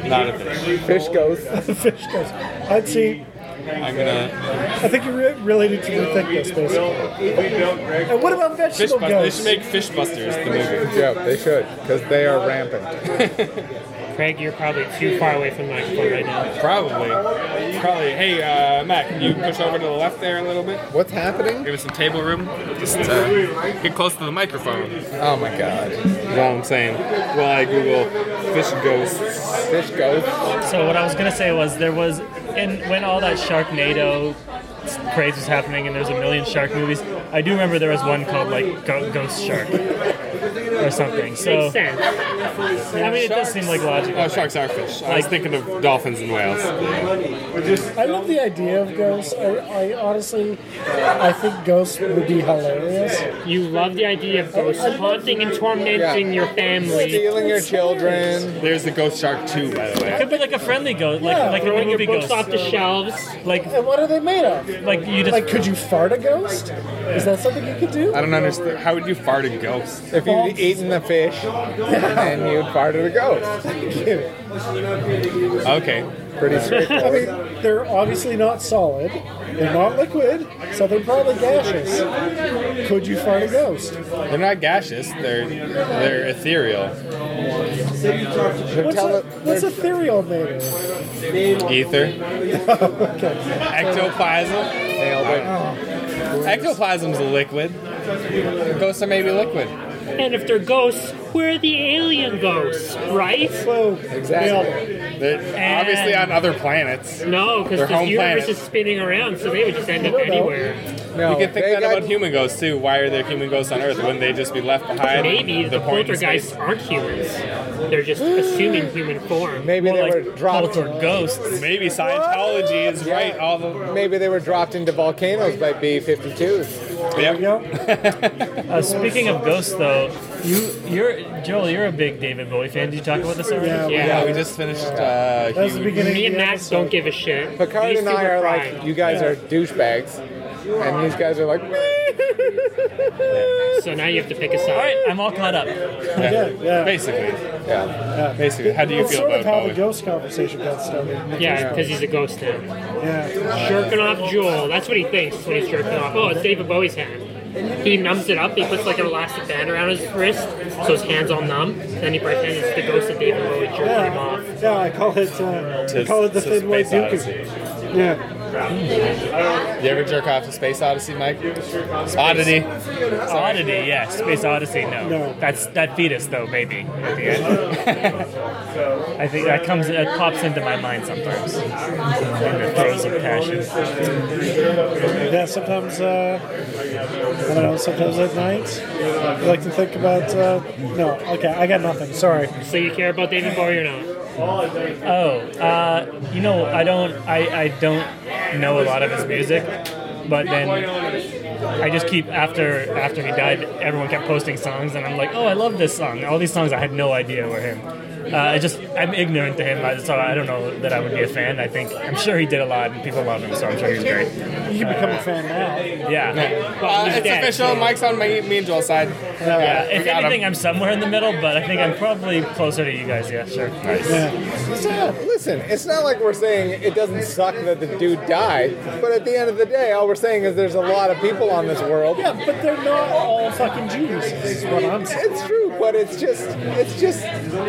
C: Not a fish.
D: Fish ghost.
A: the fish goes. I'd see.
C: I'm gonna
A: I think you re- related to the thickness, basically. And what about
C: fish
A: vegetable
C: bust- They
A: ghosts?
C: should make fish busters the movie.
D: Yeah, they should, because they are rampant.
C: uh,
B: Craig, you're probably too far away from the microphone right now.
C: Probably. Probably. Hey, uh, Matt, can you push over to the left there a little bit?
D: What's happening?
C: Give us some table room. Just uh, get close to the microphone. That's
D: Oh my god.
C: all I'm saying. While I Google fish ghosts.
D: Fish ghost.
E: So what I was gonna say was there was, and when all that Sharknado craze was happening, and there's a million shark movies. I do remember there was one called like Go- Ghost Shark or something. So
B: Makes sense.
E: I mean, it does seem like logical.
C: Oh, sharks are fish. I was
E: Like-
C: thinking of dolphins and whales.
A: I love the idea of ghosts. I, I honestly, I think ghosts would be hilarious.
B: You love the idea of ghosts haunting and tormenting your family.
D: Stealing your children.
C: There's the ghost shark too, by the way.
E: Could be like a friendly ghost, like like in the
B: Throwing your
E: movie
B: books
E: Ghost.
B: off the shelves.
E: Like
A: And what are they made of?
E: like you just
A: Like, could you fart a ghost? Is that something you could do?
C: I don't understand. How would you fart a ghost?
D: If you'd eaten the fish, and you'd farted a ghost.
C: Okay.
D: Pretty
A: I mean,
D: straightforward.
A: they're obviously not solid. They're not liquid, so they're probably gaseous. Could you fart a ghost?
C: They're not gaseous. They're they're ethereal.
A: What's,
D: tele-
A: a, what's ethereal made of?
C: Ether.
A: Okay.
C: Ectoplasm.
D: Nailed it.
C: Ectoplasm's a liquid. Ghosts are maybe liquid.
B: And if they're ghosts, where are the alien ghosts, right?
A: Whoa.
D: Exactly.
A: Nailed it.
C: They're obviously on other planets.
B: No,
C: Their
B: because the
C: home
B: universe
C: planet.
B: is spinning around, so they would just end up
A: I don't know.
B: anywhere.
D: No,
C: You can think
D: they
C: that
D: got-
C: about human ghosts too. Why are there human ghosts on Earth? Wouldn't they just be left behind?
B: Maybe the,
C: point in
B: poltergeists
C: space?
B: aren't humans. They're just assuming human form.
D: Maybe
E: more
D: they
E: like
D: were dropped.
E: cult or ghosts.
C: Maybe Scientology is
D: Yeah.
C: right. All the
D: Maybe they were dropped into volcanoes by B-52s.
C: yep.
A: Yep.
E: Uh, speaking of ghosts, though, you you're Joel, you're a big David Bowie fan. Did you talk about this already?
A: Yeah.
C: Yeah, we just finished. Uh,
A: That's the
C: huge-
A: beginning.
B: Me
A: of the
B: and Max
A: episode.
B: don't give a shit.
D: Picard
B: These
D: and
B: two
D: I are
B: fine.
D: like, you guys are douchebags, and these guys are like,
B: So now you have to pick a
E: All right,
B: side.
E: I'm all caught up.
A: Yeah, yeah.
C: Basically,
D: yeah.
C: basically. How do you
A: That's
C: feel
A: sort
C: about
A: of how
C: Bowie?
A: the ghost conversation got started.
B: Yeah, because he's a ghost now.
A: Yeah.
B: Jerking off Joel. That's what he thinks when he's jerking off. Oh, it's David Bowie's hand. He numbs it up. He puts like an elastic band around his wrist, so his hand's all numb. Then he pretends it's the ghost of David Bowie jerking him off.
A: Yeah, yeah, I call it. Uh, I call it the
C: It's- it's
A: thin white
C: Space
A: dookie.
C: Odyssey.
A: Yeah,
C: You ever jerk off to Space Odyssey, Mike? Oddity.
E: Oddity, yeah. Space Odyssey, no.
A: No.
E: That's that fetus though, maybe at the end. I think that comes, that pops into my mind sometimes. In the throes of passion.
A: yeah. Sometimes, uh, I don't know. Sometimes at night, I like to think about. Uh, no, okay, I got nothing. Sorry.
B: So you care about David Bowie or not?
E: Oh, uh, you know, I don't, I, I don't know a lot of his music, but then I just keep after after he died, everyone kept posting songs, and I'm like, oh, I love this song. All these songs I had no idea were him. Uh, I just I'm ignorant to him, I- so I don't know that I would be a fan. I think I'm sure he did a lot, and people love him, so I'm sure he's great.
A: You can become a fan
E: Yeah.
B: Well,
C: Uh,
B: he's
C: it's
B: dead.
C: official. Mike's on my me and Joel's side.
A: now.
E: Uh,
A: Yeah.
E: if
C: got him.
E: anything, I'm somewhere in the middle, but I think I'm probably closer to you guys. Yeah, sure.
A: yeah.
D: So, listen, it's not like we're saying it doesn't suck that the dude died, but at the end of the day, all we're saying is there's a lot of people on this world.
A: Yeah, but they're not all fucking geniuses. Is what I'm saying.
D: It's true, but it's just it's just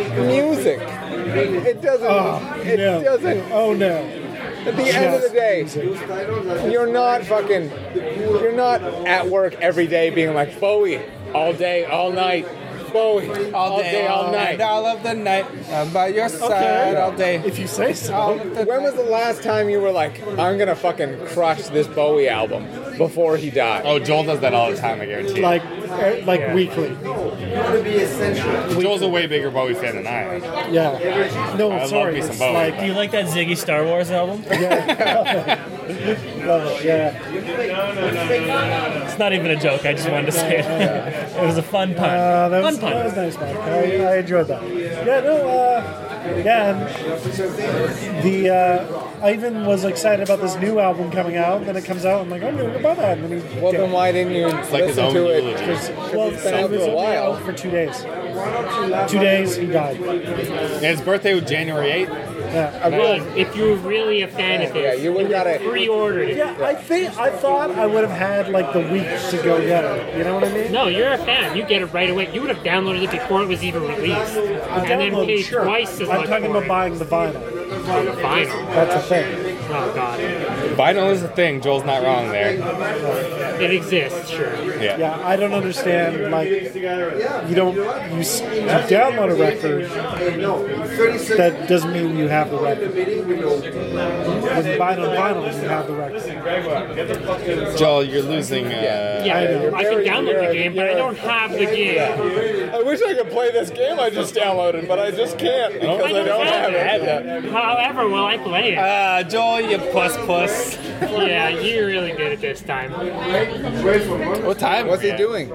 D: music. It doesn't
A: Oh,
D: it
A: no.
D: doesn't
A: Oh no.
D: At the end of the day, you're not fucking, you're not at work every day being like Bowie all day, all night, Bowie all day, all night.
C: all of the night. I'm by your side all day.
A: If you say so.
D: When was the last time you were like, I'm gonna fucking crush this Bowie album? before he died.
C: Oh, Joel does that all the time. I guarantee.
A: like eh, like weekly.
C: it. Joel's a way bigger Bowie fan than I am.
A: Yeah. No,
C: I love
A: sorry.
C: me some
A: It's
C: Bowie,
A: like
E: Do you like that Ziggy Star Wars album?
A: oh, yeah.
E: It's not even a joke. I just wanted to say it. it was a fun pun.
A: Uh, that, was,
E: fun
A: that was
E: pun.
A: nice, Mike. I, I enjoyed that. Yeah, no, uh, yeah. And the uh, I even was excited about this new album coming out. Then it comes out, I'm like, I'm gonna go buy that. And then he
D: Well,
A: did.
D: then why didn't you
C: like his
D: listen
C: own
D: to it?
C: eulogy.
D: 'Cause- 'cause
A: Well,
D: it's
A: it
D: been out
A: was
D: for a
A: only
D: while.
A: out for two days. Two days, he died.
C: And his birthday was January 8th.
A: Yeah.
B: Guys, if you're really a fan of
D: Yeah,
B: this,
D: you would've got it.
B: pre-ordered it.
A: Yeah, I think I thought I would have had like the week to go get it. You know what I mean?
B: No, you're a fan. You get it right away. You would have downloaded it before it was even released,
A: I
B: and then
A: downloaded,
B: paid
A: sure.
B: twice as
A: I'm
B: much
A: talking
B: for
A: about buying the vinyl.
B: it. Vinyl.
A: That's a thing.
B: Oh god,
C: Vinyl is a thing. Joel's not wrong there.
B: it exists. Sure.
C: Yeah.
A: Yeah, I don't understand. Like, you don't you, s- you download a record. That doesn't mean you have the record. When you buy it on vinyl, you have the record.
C: Joel, you're losing. Uh,
B: Yeah,
A: you're
B: I can
D: very-
B: download
D: you're-
B: the game, but I
D: you're-
B: don't have the game.
D: I wish I could play this game I just downloaded, but I just can't because Oh I
B: I
D: don't,
B: don't
D: have it. yet.
B: However, well, I play it.
C: Uh, Joel, you plus plus.
B: yeah, you really did it this time.
C: What time?
D: What's he
C: Yeah.
D: doing?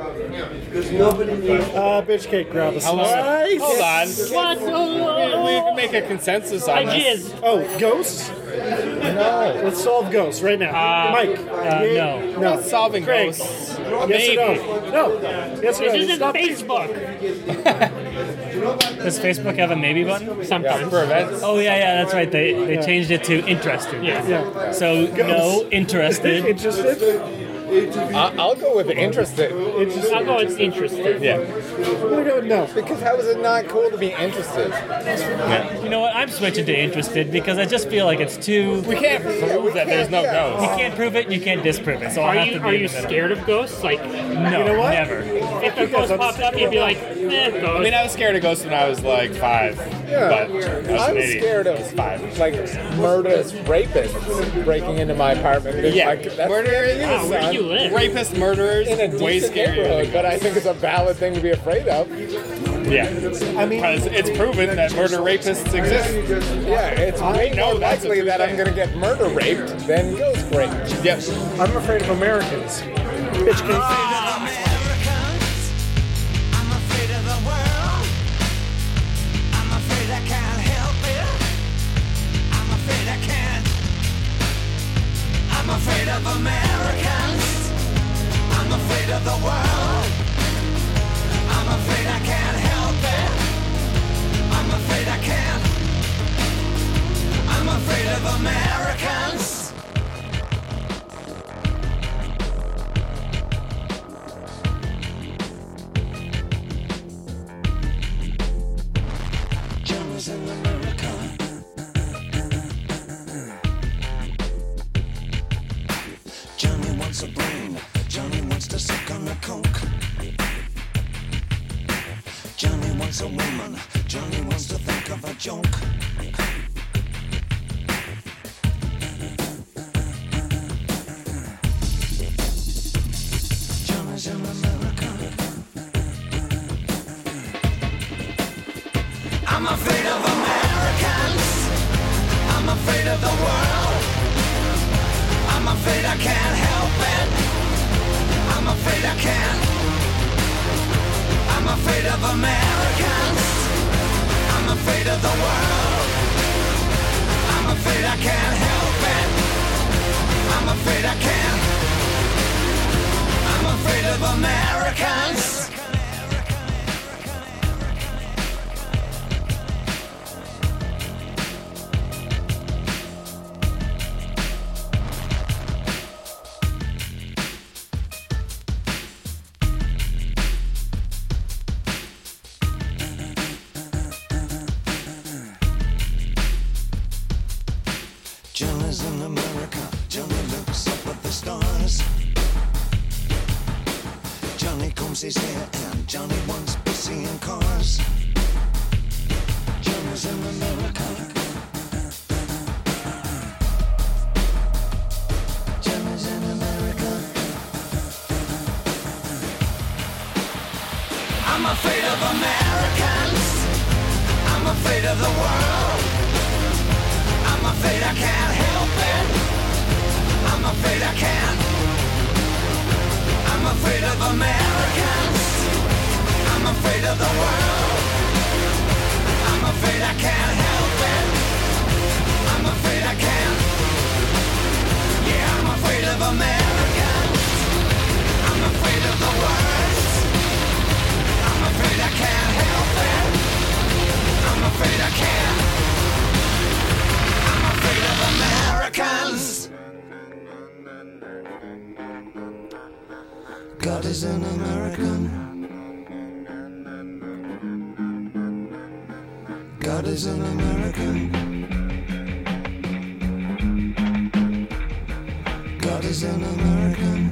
A: Uh, bitch cake, grab a
C: How long-
A: slice.
C: Hold on.
B: What?
C: We, we can make a consensus
B: I
C: on this.
B: jizz.
A: Oh, ghosts? No. Let's solve ghosts right now. Mike.
E: no.
A: No.
C: Not solving
A: Craig.
C: ghosts.
A: Yes or
C: Maybe.
A: no? No. Yes or no?
B: This isn't
A: Stop-
B: Facebook.
E: Does Facebook have a maybe button?
B: Sometimes.
C: For events.
E: Oh yeah, yeah, that's right. They they changed it to interested.
B: Yeah.
A: Yeah.
E: So no
A: It
E: interested.
A: just it,
D: I- I'll go with interested
A: it just
B: I'll go. Oh, It's interesting.
C: Yeah.
A: I'm gonna go with no.
D: because how is it not cool to be interested?
E: You know what? I'm switching to interested because I just feel like it's too.
C: We can't prove that there's no
D: can't, yeah.
E: You
C: ghosts.
E: can't prove it. You can't disprove it. So I'll
B: Are
E: have
B: you
E: to be
B: are
E: in
B: you
E: the middle.
B: scared of ghosts? Like,
E: No,
A: You know what?
E: never.
B: if a
A: Because
B: ghost
A: I'm
B: popped up, you'd be like, eh,
C: I mean,
B: ghost.
C: I was scared of ghosts when I was like five.
D: Yeah.
C: But I was
D: I'm
C: an idiot.
D: scared of like murderous rapists breaking into my apartment. Being
C: Yeah.
D: like, that's
C: Murder-
D: murder you,
B: Oh, where
D: son.
B: do you live?
C: Rapist, murderers,
D: in a
C: way
D: decent
C: scarier.
D: neighborhood, but I think it's a valid thing to be afraid of.
C: than- Yeah.
A: I mean,
C: Because it's proven that murder rapists exist.
D: Yeah, it's way
C: know
D: more
C: that's a
D: likely
C: true
D: that I'm
C: thing.
D: going to get murder raped than ghost raped.
C: Yes.
A: I'm afraid of Americans. Bitch cake.
F: Americans. I'm afraid of the world. I'm afraid I can't help it. I'm afraid I can't. I'm afraid of Americans. I'm afraid of the world. I'm afraid I can't help it. I'm afraid I can't. I'm afraid of Americans. Jonas in America. Johnny wants a brain. Johnny wants to suck on the coke. Johnny wants a woman. Johnny wants to think of a joke. Johnny's in America. I'm afraid of Americans. I'm afraid of the world. I'm afraid I can't help it. I'm afraid I can't. I'm afraid of Americans. I'm afraid of the world. I'm afraid I can't help it. I'm afraid I can't. I'm afraid of Americans. Johnny's in America. Johnny looks up at the stars. Johnny combs his hair and Johnny wants pussy and cars. Johnny's in America. Johnny's in America. afraid I can't. I'm afraid of Americans. I'm afraid of the world. I'm afraid I can't help it. I'm afraid I can't. Yeah, I'm afraid of Americans. I'm afraid of the worst. I'm afraid I can't help it. I'm afraid I can't. I'm afraid of Americans. God is an American. God is an American. God is an American.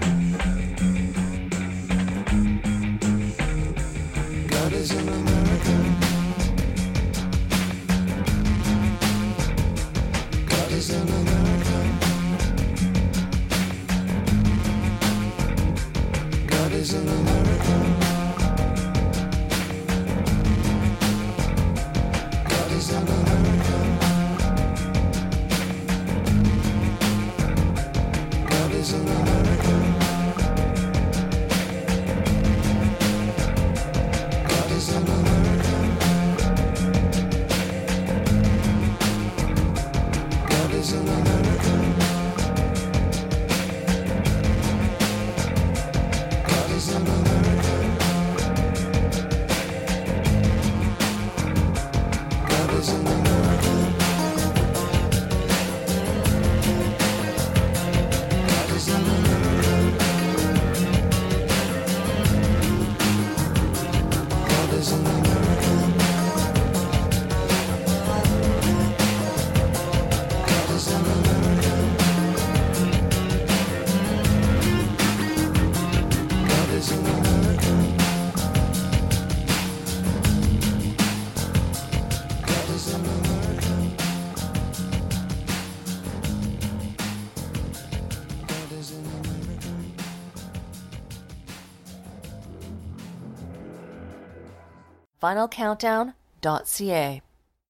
F: God is an American. God is an American. God is an American. God is an American. God is an American. God is an American. God is an American. God is an American. God is an American. God is an American. God is an American. God is an American. God is an American. God is an American. God is an American.
G: finalcountdown.ca.